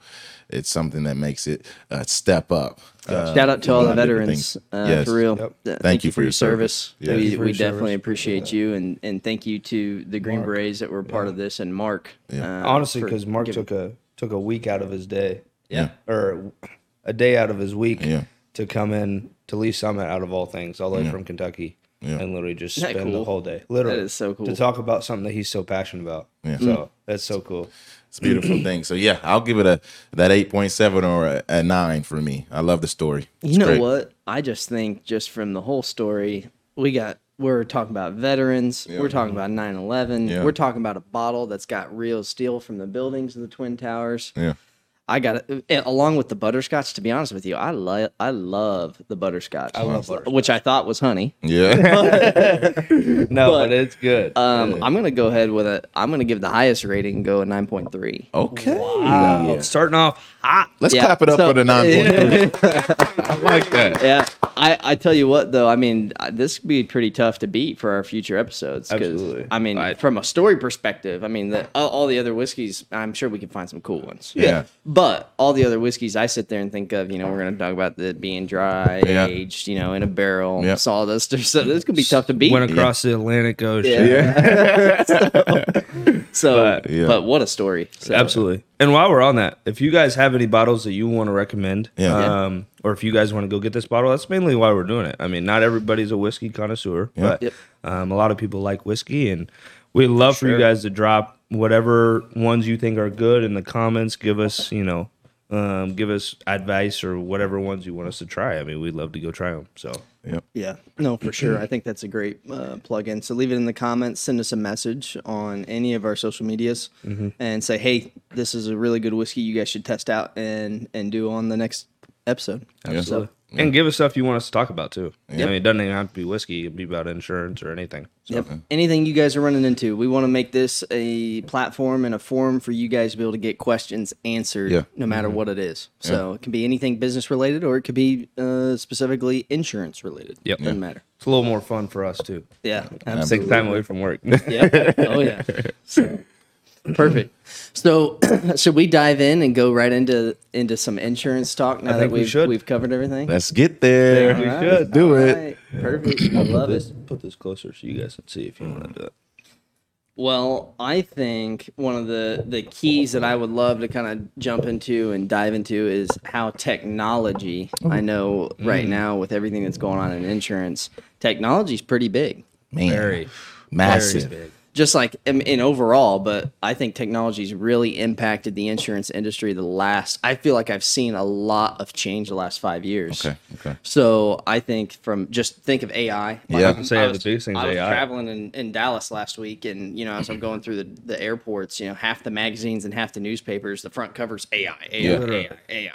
Speaker 3: it's something that makes it uh, step up. Uh,
Speaker 2: shout out to all
Speaker 3: lot
Speaker 2: the
Speaker 3: of different
Speaker 2: veterans
Speaker 3: things.
Speaker 2: uh,
Speaker 3: Yes.
Speaker 2: for real
Speaker 1: Yep.
Speaker 2: Uh,
Speaker 3: you for your service. Yes. Thank
Speaker 2: we,
Speaker 3: you
Speaker 1: for
Speaker 2: we
Speaker 1: your
Speaker 2: definitely
Speaker 1: service.
Speaker 2: appreciate you and and thank you to the green berets that were part of this and mark
Speaker 3: Yeah.
Speaker 2: uh,
Speaker 1: Honestly,
Speaker 2: for
Speaker 1: because Mark
Speaker 2: giving-
Speaker 1: took a took a week out of his day,
Speaker 3: Yeah.
Speaker 1: or a day out of his week,
Speaker 3: Yeah.
Speaker 1: to come in to Lee Summit out of all things, all the way from Kentucky,
Speaker 3: Yeah.
Speaker 1: and literally just
Speaker 2: Isn't that
Speaker 1: spend the
Speaker 2: cool?
Speaker 1: whole day, literally,
Speaker 2: is so
Speaker 1: to
Speaker 2: cool.
Speaker 1: talk about something that he's so passionate about.
Speaker 3: Yeah.
Speaker 1: So that's so cool.
Speaker 3: It's a
Speaker 2: <clears throat>
Speaker 3: beautiful thing. So yeah, I'll give it a that eight point seven or a, a nine for me. I love the story. It's
Speaker 2: you know
Speaker 3: great.
Speaker 2: what i just think just from the whole story we got We're talking about veterans.
Speaker 3: Yeah.
Speaker 2: We're talking about 9 11.
Speaker 3: Yeah.
Speaker 2: We're talking about a bottle that's got real steel from the buildings of the Twin Towers.
Speaker 3: Yeah.
Speaker 2: I got it and along with the butterscotch. To be honest with you, I love I love the butterscotch, I
Speaker 1: love butterscotch.
Speaker 2: which I thought was honey. <laughs>
Speaker 3: Yeah.
Speaker 1: No, but, uh, it's good.
Speaker 2: Um, I'm gonna go ahead with it. I'm gonna give the highest rating and go a 9.3.
Speaker 3: okay.
Speaker 1: Wow. Starting off hot.
Speaker 3: Let's
Speaker 2: Yeah,
Speaker 3: clap it up
Speaker 2: so-
Speaker 3: for the nine
Speaker 2: <laughs>
Speaker 3: point three. I like that.
Speaker 2: Yeah, I, I tell you what though, I mean I- this could be pretty tough to beat for our future episodes. 'cause,
Speaker 1: Absolutely.
Speaker 2: I mean,
Speaker 1: I-
Speaker 2: from a story perspective, I mean the, all, all the other whiskeys, I'm sure we can find some cool ones.
Speaker 3: Yeah.
Speaker 2: But all the other whiskeys I sit there and think of, you know, we're gonna talk about the being dry
Speaker 3: Yeah.
Speaker 2: aged, you know, in a barrel,
Speaker 3: Yeah.
Speaker 2: all this stuff. So this could be tough to beat.
Speaker 1: Went across the Atlantic Ocean.
Speaker 2: Yeah. So, but,
Speaker 3: yeah.
Speaker 2: what a story. So,
Speaker 1: Absolutely. And while we're on that, if you guys have any bottles that you want to recommend,
Speaker 3: Yeah. Yeah.
Speaker 1: um, or if you guys want to go get this bottle, that's mainly why we're doing it. I mean, not everybody's a whiskey connoisseur, but
Speaker 2: Yep.
Speaker 1: um, a lot of people like whiskey, and we love for you guys to drop whatever ones you think are good in the comments. Give us, you know, um, give us advice or whatever ones you want us to try. I mean, we'd love to go try them. So
Speaker 3: Yep.
Speaker 2: Yeah, no, for sure. I think that's a great uh, plug-in. So leave it in the comments, send us a message on any of our social medias,
Speaker 3: Mm-hmm.
Speaker 2: and say, "Hey, this is a really good whiskey. You guys should test out and and do on the next episode."
Speaker 3: Absolutely.
Speaker 1: And give us stuff you want us to talk about too.
Speaker 2: Yep.
Speaker 1: I mean, it doesn't even have to be whiskey; it could be about insurance or anything. So,
Speaker 2: Yep. Anything you guys are running into, we want to make this a platform and a forum for you guys to be able to get questions answered,
Speaker 3: Yeah. Mm-hmm.
Speaker 2: no matter what it is. So it can be anything business related, or it could be uh, specifically insurance related.
Speaker 1: Yep.
Speaker 2: doesn't
Speaker 1: Yeah.
Speaker 2: matter.
Speaker 1: it's a little more fun for us too.
Speaker 2: Yeah,
Speaker 1: Take
Speaker 2: absolutely.
Speaker 1: time away from work. <laughs>
Speaker 2: Yep. Oh yeah. <laughs> So, perfect. So <clears throat> should we dive in and go right into into some insurance talk now that
Speaker 1: think we
Speaker 2: we've
Speaker 1: should.
Speaker 2: we've covered everything?
Speaker 3: Let's get there.
Speaker 1: We
Speaker 2: All
Speaker 1: should.
Speaker 3: Do it.
Speaker 2: All right. Perfect. I love it.
Speaker 1: put this closer so you guys can see if you want to do it.
Speaker 2: Well, I think one of the the keys that I would love to kind of jump into and dive into is how technology. I know right now with everything that's going on in insurance, technology's pretty big.
Speaker 3: Man,
Speaker 1: Very,
Speaker 3: massive.
Speaker 1: big.
Speaker 2: just like in, in overall, but I think technology's really impacted the insurance industry the last. I feel like I've seen a lot of change the last five years.
Speaker 3: Okay. Okay.
Speaker 2: So I think from just think of AI. Like,
Speaker 3: Yeah.
Speaker 1: Say
Speaker 2: I
Speaker 1: the
Speaker 2: was-
Speaker 1: biggest things
Speaker 2: I was
Speaker 1: AI.
Speaker 2: traveling in, in Dallas last week, and you know, as I'm going through the, the airports, you know, half the magazines and half the newspapers, the front covers AI, AI, AI, AI.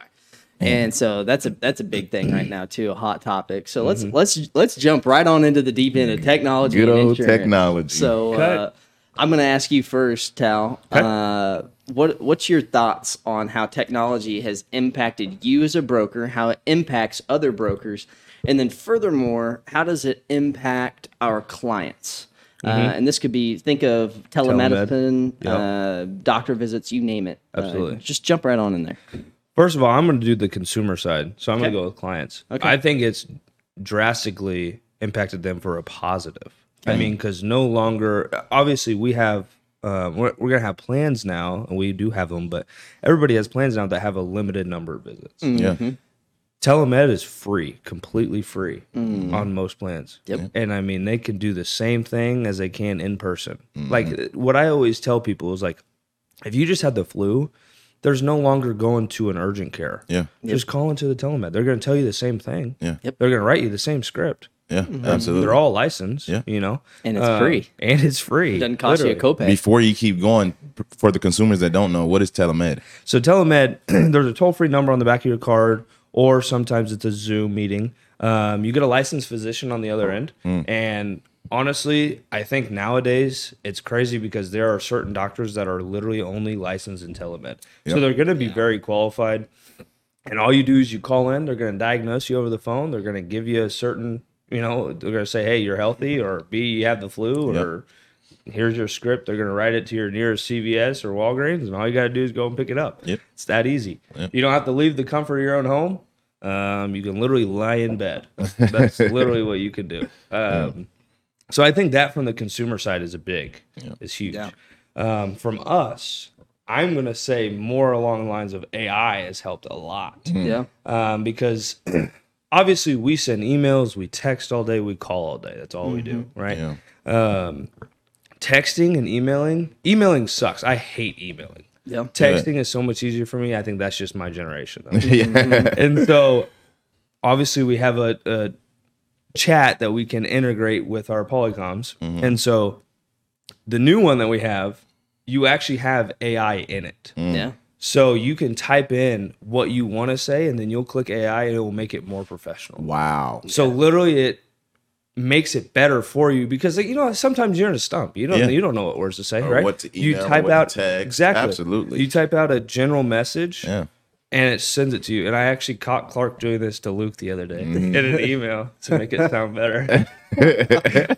Speaker 2: And so that's a that's a big thing right now too, a hot topic. So let's let's let's jump right on into the deep end of technology.
Speaker 3: Mm-hmm. Good
Speaker 2: and
Speaker 3: old
Speaker 2: insurance.
Speaker 3: technology.
Speaker 2: So uh,
Speaker 1: Cut.
Speaker 2: I'm going to ask you first, Tal.
Speaker 1: Cut.
Speaker 2: Uh, what what's your thoughts on how technology has impacted you as a broker? How it impacts other brokers, and then furthermore, how does it impact our clients? Uh, and this could be think of telemedicine,
Speaker 1: Mm-hmm. Yep.
Speaker 2: uh, doctor visits, you name it. Uh,
Speaker 1: Absolutely.
Speaker 2: just jump right on in there.
Speaker 1: First of all, I'm going to do the consumer side. So I'm going
Speaker 2: Okay.
Speaker 1: to go with clients.
Speaker 2: Okay.
Speaker 1: I think it's drastically impacted them for a positive. I mean, because no longer, obviously, we have, um, we're, we're going to have plans now, and we do have them, but everybody has plans now that have a limited number of visits.
Speaker 3: Yeah.
Speaker 2: Mm-hmm.
Speaker 1: telemed is free, completely free
Speaker 3: Mm.
Speaker 1: on most plans.
Speaker 2: Yep.
Speaker 1: And I mean, they can do the same thing as they can in person.
Speaker 3: Mm.
Speaker 1: Like what I always tell people is like, if you just had the flu, there's no longer going to an urgent care.
Speaker 3: Yeah.
Speaker 1: Just call into the telemed. They're going to tell you the same thing.
Speaker 3: Yeah.
Speaker 2: Yep.
Speaker 1: They're going to write you the same script.
Speaker 3: Yeah.
Speaker 2: Mm-hmm.
Speaker 3: Absolutely.
Speaker 1: They're all licensed.
Speaker 3: Yeah.
Speaker 1: You know, Uh,
Speaker 2: And it's free.
Speaker 1: And it's free.
Speaker 2: Doesn't cost
Speaker 1: literally.
Speaker 2: you a copay.
Speaker 3: Before you keep going, p- for the consumers that don't know, what is telemed? <laughs>
Speaker 1: So telemed, <clears throat> there's a toll free number on the back of your card, or sometimes it's a Zoom meeting. Um, you get a licensed physician on the other end,
Speaker 3: Mm.
Speaker 1: and honestly, I think nowadays it's crazy because there are certain doctors that are literally only licensed in telemed, so
Speaker 3: Yep.
Speaker 1: they're going to be very qualified. And all you do is you call in. They're going to diagnose you over the phone. They're going to give you a certain, you know, they're going to say, "Hey, you're healthy," or "B, you have the flu,"
Speaker 3: Yep.
Speaker 1: or "Here's your script." They're going to write it to your nearest CVS or Walgreens, and all you got to do is go and pick it up.
Speaker 3: Yep.
Speaker 1: It's that easy. You don't have to leave the comfort of your own home. Um, you can literally lie in bed. That's literally what you can do. Um, so I think that from the consumer side is a big, is huge. Um, from us, I'm going to say more along the lines of AI has helped a lot
Speaker 2: Yeah.
Speaker 1: um, because <clears throat> obviously we send emails, we text all day, we call all day. That's all we do, right? Um,
Speaker 3: Yeah.
Speaker 1: Texting and emailing, emailing sucks. I hate emailing.
Speaker 2: Yeah.
Speaker 1: Texting is so much easier for me. I think that's
Speaker 3: <laughs>
Speaker 2: Mm-hmm.
Speaker 1: just my generation. though.
Speaker 3: yeah.
Speaker 1: and so obviously we have a, a chat that we can integrate with our polycoms. And so the new one that we have, you actually have AI in it.
Speaker 2: Yeah.
Speaker 1: So you can type in what you want to say and then you'll click AI and it will make it more professional.
Speaker 3: Wow.
Speaker 1: So literally it makes it better for you because like, you know sometimes you're in a stump. You don't
Speaker 3: Yeah.
Speaker 1: you don't know what words to say,
Speaker 3: Or
Speaker 1: right?
Speaker 3: what to
Speaker 1: you
Speaker 3: email,
Speaker 1: type
Speaker 3: what to
Speaker 1: out
Speaker 3: text.
Speaker 1: exactly.
Speaker 3: Absolutely.
Speaker 1: You type out a general message
Speaker 3: Yeah.
Speaker 1: and it sends it to you. And I actually caught Clark doing this to Luke the other day
Speaker 3: Mm.
Speaker 1: in an email to make it sound
Speaker 3: <laughs>
Speaker 1: better.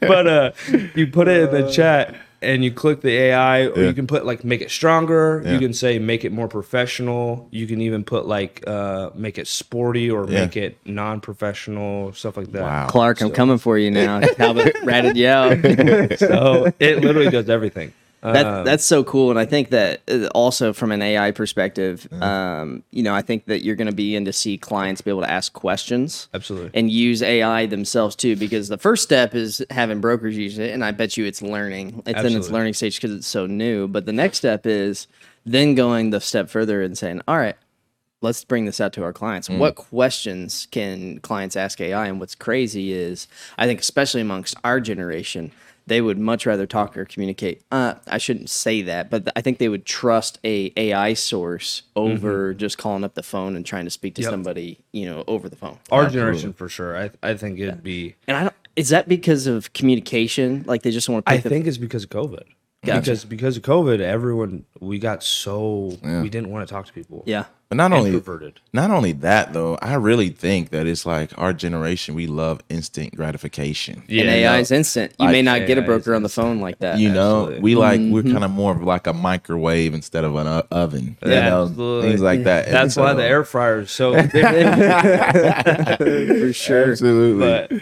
Speaker 1: but uh, you put it in the chat and you click the AI, or
Speaker 3: Uh. Yeah.
Speaker 1: you can put like make it stronger.
Speaker 3: Yeah.
Speaker 1: You can say make it more professional. You can even put like uh, make it sporty or
Speaker 3: Yeah.
Speaker 1: make it non professional, stuff like that.
Speaker 3: Wow.
Speaker 2: Clark, I'm coming for you <laughs> now. Talbot ratted you <laughs> out.
Speaker 1: So it literally does everything.
Speaker 2: that, that's so cool and i think that uh, also from an ai perspective um, you know i think that you're going to begin to see clients be able to ask questions
Speaker 1: Absolutely.
Speaker 2: and use ai themselves too because the first step is having brokers use it and i bet you it's learning it's in its
Speaker 1: Absolutely.
Speaker 2: learning stage because it's so new but the next step is then going the step further and saying all right let's bring this out to our clients. What questions can clients ask AI? And what's crazy is, I think, especially amongst our generation, they would much rather talk or communicate. Uh, I shouldn't say that, but I think they would trust a AI source over just calling up the phone and trying to speak to somebody, you know, over the phone.
Speaker 1: Our generation for sure. I I think it'd be.
Speaker 2: And I don't. Is that because of communication? Like they just want to
Speaker 1: I
Speaker 2: pick the
Speaker 1: think it's because of COVID.
Speaker 2: Gotcha.
Speaker 1: Because because of COVID, everyone we got so we didn't want to talk to people.
Speaker 2: yeah.
Speaker 3: But not only
Speaker 1: Introverted.
Speaker 3: not only that though, I really think that it's like our generation we love instant gratification.
Speaker 2: And
Speaker 1: Yeah,
Speaker 2: AI is instant. You may not get a
Speaker 1: AI is
Speaker 2: broker on the phone like that.
Speaker 3: You know,
Speaker 1: Absolutely.
Speaker 3: we like we're kind of more of like a microwave instead of an o- oven. you
Speaker 1: Yeah,
Speaker 3: know,
Speaker 1: absolutely.
Speaker 3: things like that.
Speaker 1: <laughs>
Speaker 3: And
Speaker 1: That's why
Speaker 3: so-
Speaker 1: the air fryer is so. different.
Speaker 2: <laughs> for sure.
Speaker 3: absolutely.
Speaker 1: but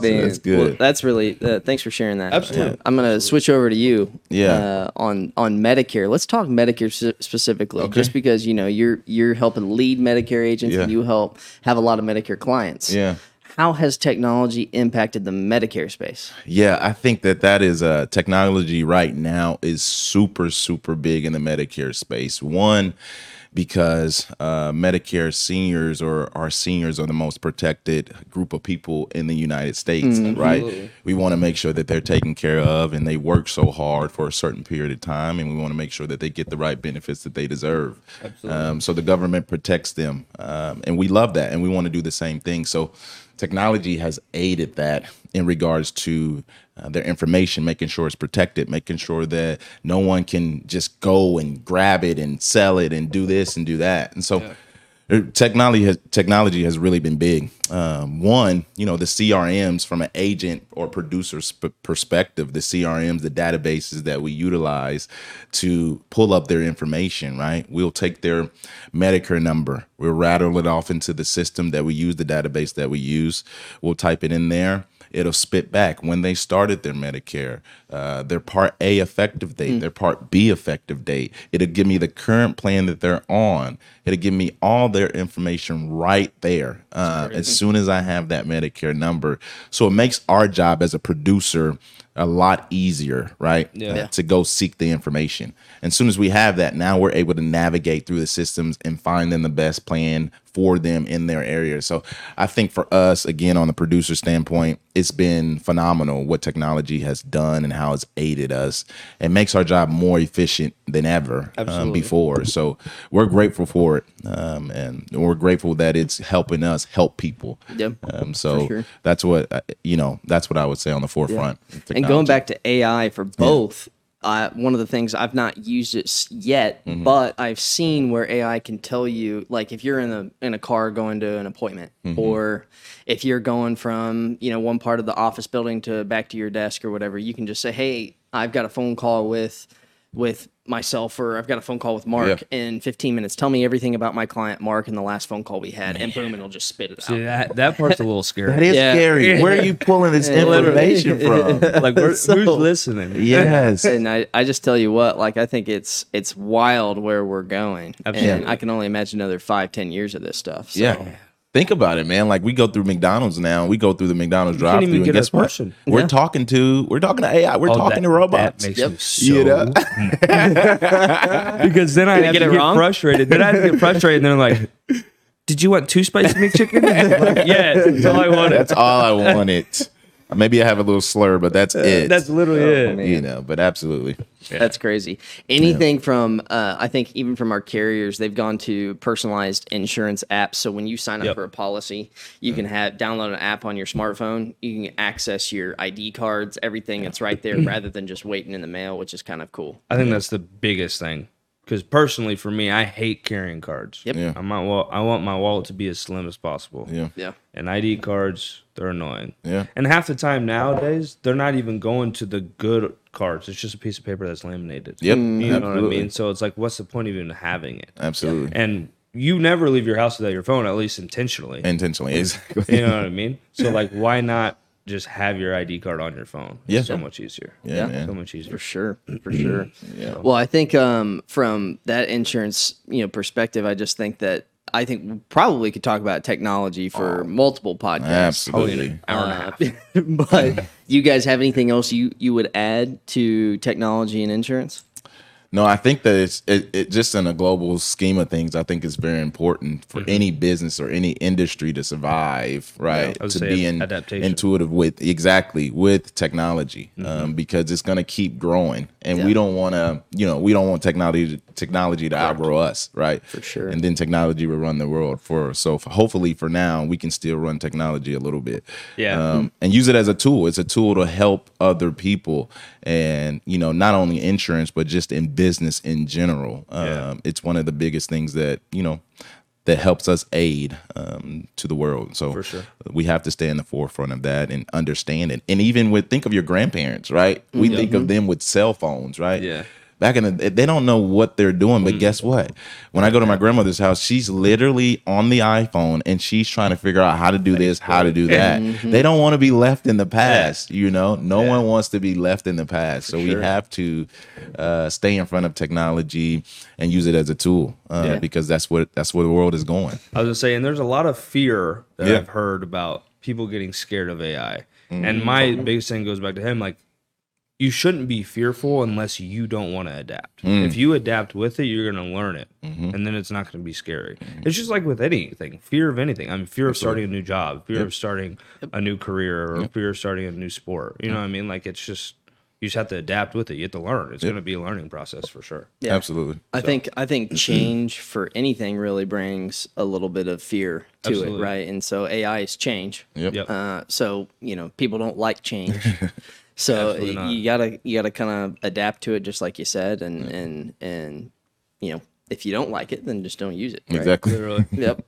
Speaker 2: Man,
Speaker 3: that's good.
Speaker 2: that's really. Uh, thanks for sharing that.
Speaker 1: Absolutely.
Speaker 2: Uh, I'm gonna switch over to you.
Speaker 3: Yeah.
Speaker 2: Uh, on on Medicare, let's talk Medicare s- specifically, just because you know you're you're helping lead Medicare agents,
Speaker 3: Yeah.
Speaker 2: and you help have a lot of Medicare clients.
Speaker 3: Yeah.
Speaker 2: How has technology impacted the Medicare space?
Speaker 3: Yeah, I think that that is uh, technology right now is super super big in the Medicare space. One because uh, Medicare seniors or our seniors are the most protected group of people in the United States, right? We want to make sure that they're taken care of and they work so hard for a certain period of time, and we want to make sure that they get the right benefits that they deserve. Um, so the government protects them, um, and we love that, and we want to do the same thing. So technology has aided that in regards to uh, their information, making sure it's protected, making sure that no one can just go and grab it and sell it and do this and do that. And so, er, technology has technology has really been big. Um, one, you know, the CRMs from an agent or producer's p- perspective, the CRMs, the databases that we utilize to pull up their information. Right, we'll take their Medicare number, we'll rattle it off into the system that we use, the database that we use. We'll type it in there it'll spit back when they started their Medicare, uh, their Part A effective date, their Part B effective date. It'll give me the current plan that they're on. It'll give me all their information right there uh, as soon as I have that Medicare number. So it makes our job as a producer a lot easier, right?
Speaker 1: Yeah.
Speaker 3: to go seek the information. And as soon as we have that, now we're able to navigate through the systems and find them the best plan for them in their area. So I think for us, again, on the producer standpoint, it's been phenomenal what technology has done and how it's aided us. It makes our job more efficient than ever um, before. So we're grateful for it. Um, and we're grateful that it's helping us help people.
Speaker 2: Yep.
Speaker 3: Um, so
Speaker 2: sure.
Speaker 3: that's what, uh, you know, that's what I would say on the forefront. of
Speaker 2: And going
Speaker 3: technology.
Speaker 2: back to AI for both, uh, one of the things I've not used it s- yet, but I've seen where AI can tell you, like if you're in a in a car going to an appointment, or if you're going from you know one part of the office building to back to your desk or whatever, you can just say, "Hey, I've got a phone call with." with myself or I've got a phone call with Mark in 15 minutes. Tell me everything about my client Mark and the last phone call we had and boom it'll just spit it out.
Speaker 1: that that part's a little
Speaker 3: That
Speaker 1: scary.
Speaker 3: is
Speaker 2: Yeah.
Speaker 3: scary. Where are <laughs> you pulling this information <laughs> from?
Speaker 1: like we're, who's listening?
Speaker 3: Yes.
Speaker 2: and I, I just tell you what, like I think it's it's wild where we're going, and
Speaker 1: Absolutely.
Speaker 2: I can only imagine another five, ten years of this stuff. So.
Speaker 3: Yeah. Think about it, man. Like we go through McDonald's now. We go through the McDonald's
Speaker 1: can't
Speaker 3: drive-through,
Speaker 1: even
Speaker 3: and
Speaker 1: get a
Speaker 3: guess what?
Speaker 1: question.
Speaker 3: We're talking to we're talking to AI. We're
Speaker 1: Oh,
Speaker 3: talking
Speaker 1: that-
Speaker 3: to robots.
Speaker 1: That makes
Speaker 2: Yep.
Speaker 1: me so <laughs>
Speaker 3: You know? <laughs>
Speaker 1: because then I have
Speaker 2: get
Speaker 1: to
Speaker 2: it
Speaker 1: get
Speaker 2: wrong?
Speaker 1: frustrated. Then I have to get frustrated, and they're like,
Speaker 4: Did you want two spicy
Speaker 1: <laughs>
Speaker 4: McChicken? Like, yeah, that's all I wanted.
Speaker 3: That's all I wanted. Maybe I have a little slur,
Speaker 1: <laughs>
Speaker 3: but that's it.
Speaker 4: That's literally it.
Speaker 3: you know, but absolutely.
Speaker 2: That's crazy. Anything from, uh, I think even from our carriers, they've gone to personalized insurance apps. So when you sign up
Speaker 4: Yep.
Speaker 2: for a policy, you can have download an app on your smartphone. You can access your ID cards, everything that's right there, rather than just waiting in the mail, which is kind of cool.
Speaker 1: I think that's the biggest thing. Because personally, for me, I hate carrying cards.
Speaker 2: Yep.
Speaker 3: Yeah.
Speaker 1: I might wa- I want my wallet to be as slim as possible.
Speaker 3: Yeah.
Speaker 2: Yeah.
Speaker 1: And ID cards, they're annoying.
Speaker 3: Yeah.
Speaker 1: And half the time nowadays, they're not even going to the good cards. It's just a piece of paper that's laminated. You
Speaker 3: Yep.
Speaker 1: know what I
Speaker 3: Absolutely.
Speaker 1: mean? So it's like, what's the point of even having it?
Speaker 3: Absolutely.
Speaker 1: And you never leave your house without your phone, at least intentionally.
Speaker 3: Intentionally. Exactly.
Speaker 1: you know what I mean? So like, why not just have your ID card on your phone? It's
Speaker 3: Yeah.
Speaker 1: so much easier.
Speaker 3: Yeah, man.
Speaker 1: so much
Speaker 2: For
Speaker 1: easier.
Speaker 2: sure,
Speaker 1: <clears throat>
Speaker 2: for sure. Well, I think um, from that insurance, you know, perspective, I just think that I think we probably could talk about technology
Speaker 1: Oh,
Speaker 2: for multiple
Speaker 1: <laughs>
Speaker 2: podcasts.
Speaker 3: Absolutely.
Speaker 2: Uh, <laughs> but you guys have anything else you you would add to technology and insurance?
Speaker 3: No, I think that it's it, it just in a global scheme of things. I think it's very important
Speaker 1: Mm-hmm.
Speaker 3: for any business or any industry to survive, right?
Speaker 1: I would
Speaker 3: to
Speaker 1: say
Speaker 3: be
Speaker 1: an
Speaker 3: in,
Speaker 1: adaptation.
Speaker 3: intuitive with exactly with technology,
Speaker 1: Mm-hmm.
Speaker 3: um, because it's going to keep growing, and we don't want to, you know, we don't want technology technology to outgrow us, right? For
Speaker 2: sure.
Speaker 3: And then technology will run the world for us. so. For, hopefully, for now, we can still run technology a little bit,
Speaker 4: Yeah.
Speaker 3: um, and use it as a tool. It's a tool to help other people, and you know, not only insurance but just in business in general. Um,
Speaker 4: Yeah.
Speaker 3: It's one of the biggest things that you know that helps us aid um, to the world. So we have to stay in the forefront of that and understand it. And even with think of your grandparents, right? We think of them with cell phones, right?
Speaker 4: Yeah.
Speaker 3: Back in the, they don't know what they're doing, but guess what? When I go to my grandmother's house, she's literally on the iPhone and she's trying to figure out how to do this, how to do that. They don't want to be left in the past, you know. No one wants to be left in the past, so we have to uh, stay in front of technology and use it as a tool uh, because that's what that's where the world is going.
Speaker 1: I was gonna say, and there's a lot of fear that
Speaker 3: Yeah. Mm.
Speaker 1: I've heard about people getting scared of AI. And my biggest thing goes back to him, like you shouldn't be fearful unless you don't want to adapt.
Speaker 3: Mm.
Speaker 1: If you adapt with it, you're gonna learn it.
Speaker 3: Mm-hmm.
Speaker 1: And then it's not gonna be scary. It's just like with anything, fear of anything. I mean fear of starting a new job, fear of starting a new career, or fear of starting a new sport. You know what I mean? Like it's just you just have to adapt with it. You have to learn. It's gonna be a learning process for
Speaker 3: <laughs>
Speaker 1: sure.
Speaker 3: Absolutely.
Speaker 2: I think
Speaker 1: <clears throat>
Speaker 2: I think change for anything really brings a little bit of fear to
Speaker 1: Absolutely.
Speaker 2: it, right? And so AI is change.
Speaker 1: Yep.
Speaker 2: Uh, so you know people don't like change.
Speaker 1: <laughs>
Speaker 2: So
Speaker 1: Absolutely
Speaker 2: y-
Speaker 1: not.
Speaker 2: you gotta you gotta kind of adapt to it, just like you said, and and and you know if you don't like it, then just don't use it. right?
Speaker 3: Exactly.
Speaker 1: Literally.
Speaker 2: Yep.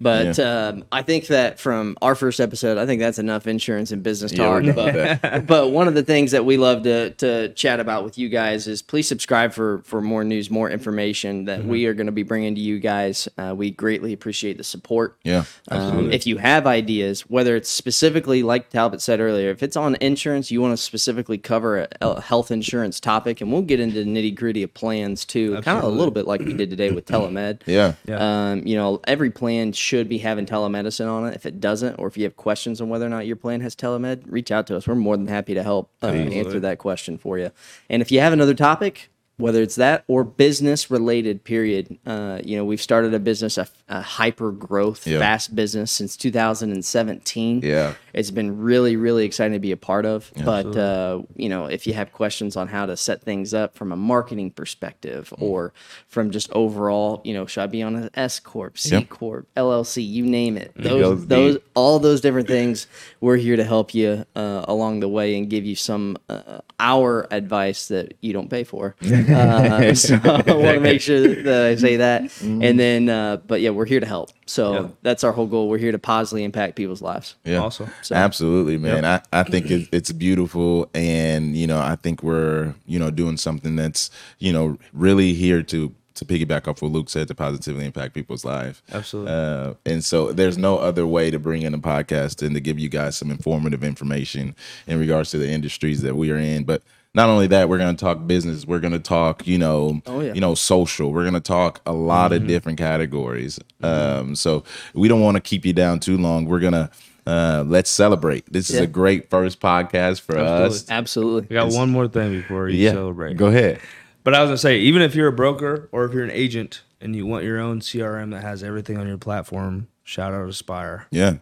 Speaker 2: But um, I think that from our first episode, I think that's enough insurance and business
Speaker 3: Yeah, we're
Speaker 2: talk.
Speaker 3: done with
Speaker 2: but, <laughs>
Speaker 3: that.
Speaker 2: but one of the things that we love to, to chat about with you guys is please subscribe for, for more news, more information that we
Speaker 3: Mm-hmm.
Speaker 2: are going to be bringing to you guys. Uh, we greatly appreciate the support.
Speaker 3: Yeah.
Speaker 2: Um, if you have ideas, whether it's specifically, like Talbot said earlier, if it's on insurance, you want to specifically cover a, a health insurance topic, and we'll get into the nitty gritty of plans too, kind of a little bit like we did
Speaker 3: <clears throat>
Speaker 2: today with telemed.
Speaker 3: Yeah.
Speaker 2: Um, you know, every plan should be having telemedicine on it. If it doesn't, or if you have questions on whether or not your plan has telemed, reach out to us. We're more than happy to help uh, answer that question for you. And if you have another topic, whether it's that or business related, period. Uh, you know, we've started a business, a, a hyper growth,
Speaker 3: Yeah.
Speaker 2: fast business since 2017.
Speaker 3: Yeah.
Speaker 2: It's been really, really exciting to be a part of. but, uh, you know, if you have questions on how to set things up from a marketing perspective or from just overall, you know, should I be on an S Corp, C
Speaker 3: Yep.
Speaker 2: Corp, LLC, you name it.
Speaker 3: goes
Speaker 2: Those,
Speaker 3: deep.
Speaker 2: those, all those different things, we're here to help you uh, along the way and give you some, uh, our advice that you don't pay for. Uh, so I want to make sure that I say that. And then, uh, but yeah, we're here to help. So that's our whole goal. We're here to positively impact people's lives.
Speaker 3: Yeah.
Speaker 1: Awesome.
Speaker 3: Absolutely, man. I, I think it, it's beautiful. And, you know, I think we're, you know, doing something that's, you know, really here to, to piggyback off what Luke said to positively impact people's lives.
Speaker 1: Absolutely.
Speaker 3: Uh, and so there's no other way to bring in a podcast than to give you guys some informative information in regards to the industries that we are in. But not only that, we're going to talk business. We're going to talk, you know,
Speaker 2: Oh, yeah.
Speaker 3: you know, social. We're going to talk a lot of different categories. Um, so we don't want to keep you down too long. We're going to uh, let's celebrate. This is
Speaker 2: Yeah.
Speaker 3: a great first podcast for us.
Speaker 1: I
Speaker 2: Absolutely.
Speaker 1: got one more thing before you
Speaker 3: Yeah,
Speaker 1: celebrate.
Speaker 3: go ahead.
Speaker 1: But I was gonna say, even if you're a broker or if you're an agent, and you want your own CRM that has everything on your platform, shout out Aspire.
Speaker 3: Yeah.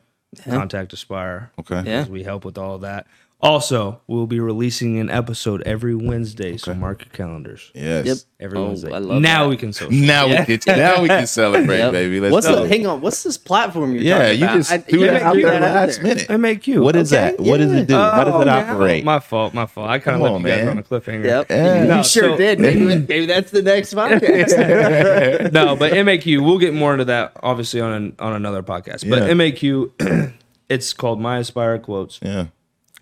Speaker 1: Contact Aspire.
Speaker 3: Okay.
Speaker 2: Yeah.
Speaker 1: because We help with all of that. Also, we'll be releasing an episode every Wednesday, so mark your calendars.
Speaker 3: Yes.
Speaker 2: Yep.
Speaker 1: Every
Speaker 2: Oh,
Speaker 1: Wednesday.
Speaker 2: I love
Speaker 1: now
Speaker 2: that.
Speaker 1: we can
Speaker 3: <laughs>
Speaker 1: social.
Speaker 3: Now we can now we can celebrate,
Speaker 2: Yep.
Speaker 3: baby. Let's
Speaker 2: what's
Speaker 3: go.
Speaker 2: the, hang on? What's this platform you're
Speaker 3: yeah,
Speaker 2: talking
Speaker 3: you
Speaker 2: about?
Speaker 3: just
Speaker 2: I-
Speaker 3: threw
Speaker 2: yeah,
Speaker 3: that out
Speaker 2: threw
Speaker 3: there
Speaker 2: that out
Speaker 3: last
Speaker 2: there.
Speaker 3: minute.
Speaker 1: I make you.
Speaker 3: What is that? What does it do? How does it
Speaker 1: Oh,
Speaker 3: operate?
Speaker 1: My fault. My fault. I kind
Speaker 3: Come
Speaker 1: of
Speaker 3: on,
Speaker 1: left you guys
Speaker 3: man.
Speaker 1: on a cliffhanger.
Speaker 2: Yep.
Speaker 3: Yeah.
Speaker 2: You
Speaker 1: No,
Speaker 2: sure
Speaker 1: so- <laughs>
Speaker 2: did. Maybe, maybe that's the next podcast.
Speaker 1: no, but MAQ. We'll get more into that obviously on an, on another podcast. But
Speaker 3: Yeah.
Speaker 1: MAQ, <clears throat> it's called My Aspire Quotes.
Speaker 3: yeah.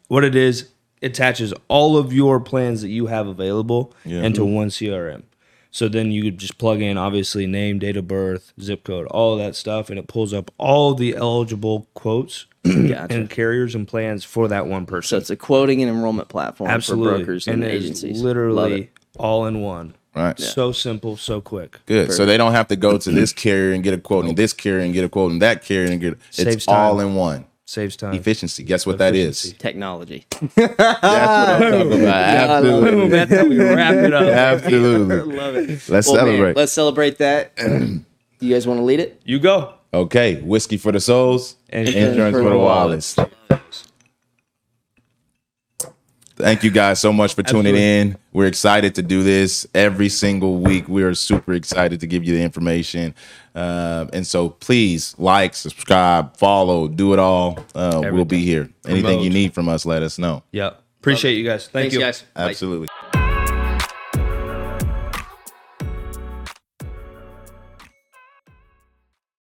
Speaker 1: What it is, it attaches all of your plans that you have available into
Speaker 2: Mm-hmm.
Speaker 1: one CRM. So then you could just plug in obviously name, date of birth, zip code, all of that stuff, and it pulls up all the eligible quotes <clears throat>
Speaker 2: gotcha.
Speaker 1: and carriers and plans for that one
Speaker 2: So
Speaker 1: person.
Speaker 2: it's a quoting and enrollment platform
Speaker 1: Absolutely,
Speaker 2: for brokers and,
Speaker 1: it is
Speaker 2: agencies. Love
Speaker 1: literally
Speaker 2: it.
Speaker 1: all in one.
Speaker 3: Right.
Speaker 1: So simple, so quick.
Speaker 3: Good. So they don't have to go to this carrier and get a quote, and this carrier and get a quote, and that carrier and get. It's
Speaker 1: Saves time.
Speaker 3: all in one.
Speaker 1: Saves time.
Speaker 3: Efficiency. Guess what that is?
Speaker 2: technology. Oh.
Speaker 3: That's what I'm talking about. Absolutely.
Speaker 1: That's how we wrap it up.
Speaker 2: <laughs>
Speaker 3: Absolutely.
Speaker 2: Love it.
Speaker 3: Let's
Speaker 2: Well, man,
Speaker 3: celebrate.
Speaker 2: let's celebrate that. Do you guys want to lead it?
Speaker 1: You go.
Speaker 3: okay. Whiskey for the souls.
Speaker 1: And
Speaker 3: Insurance for the wallets. Thank you guys so much for tuning in. We're excited to do this every single week. We are super excited to give you the information. Um, and so please like, subscribe, follow, do it all. Uh, we'll be here. Anything you
Speaker 1: Promote.
Speaker 3: need from us, let us know.
Speaker 1: Yep. Appreciate you guys. Thank
Speaker 2: Thanks,
Speaker 1: you
Speaker 2: guys. Bye.
Speaker 3: Absolutely.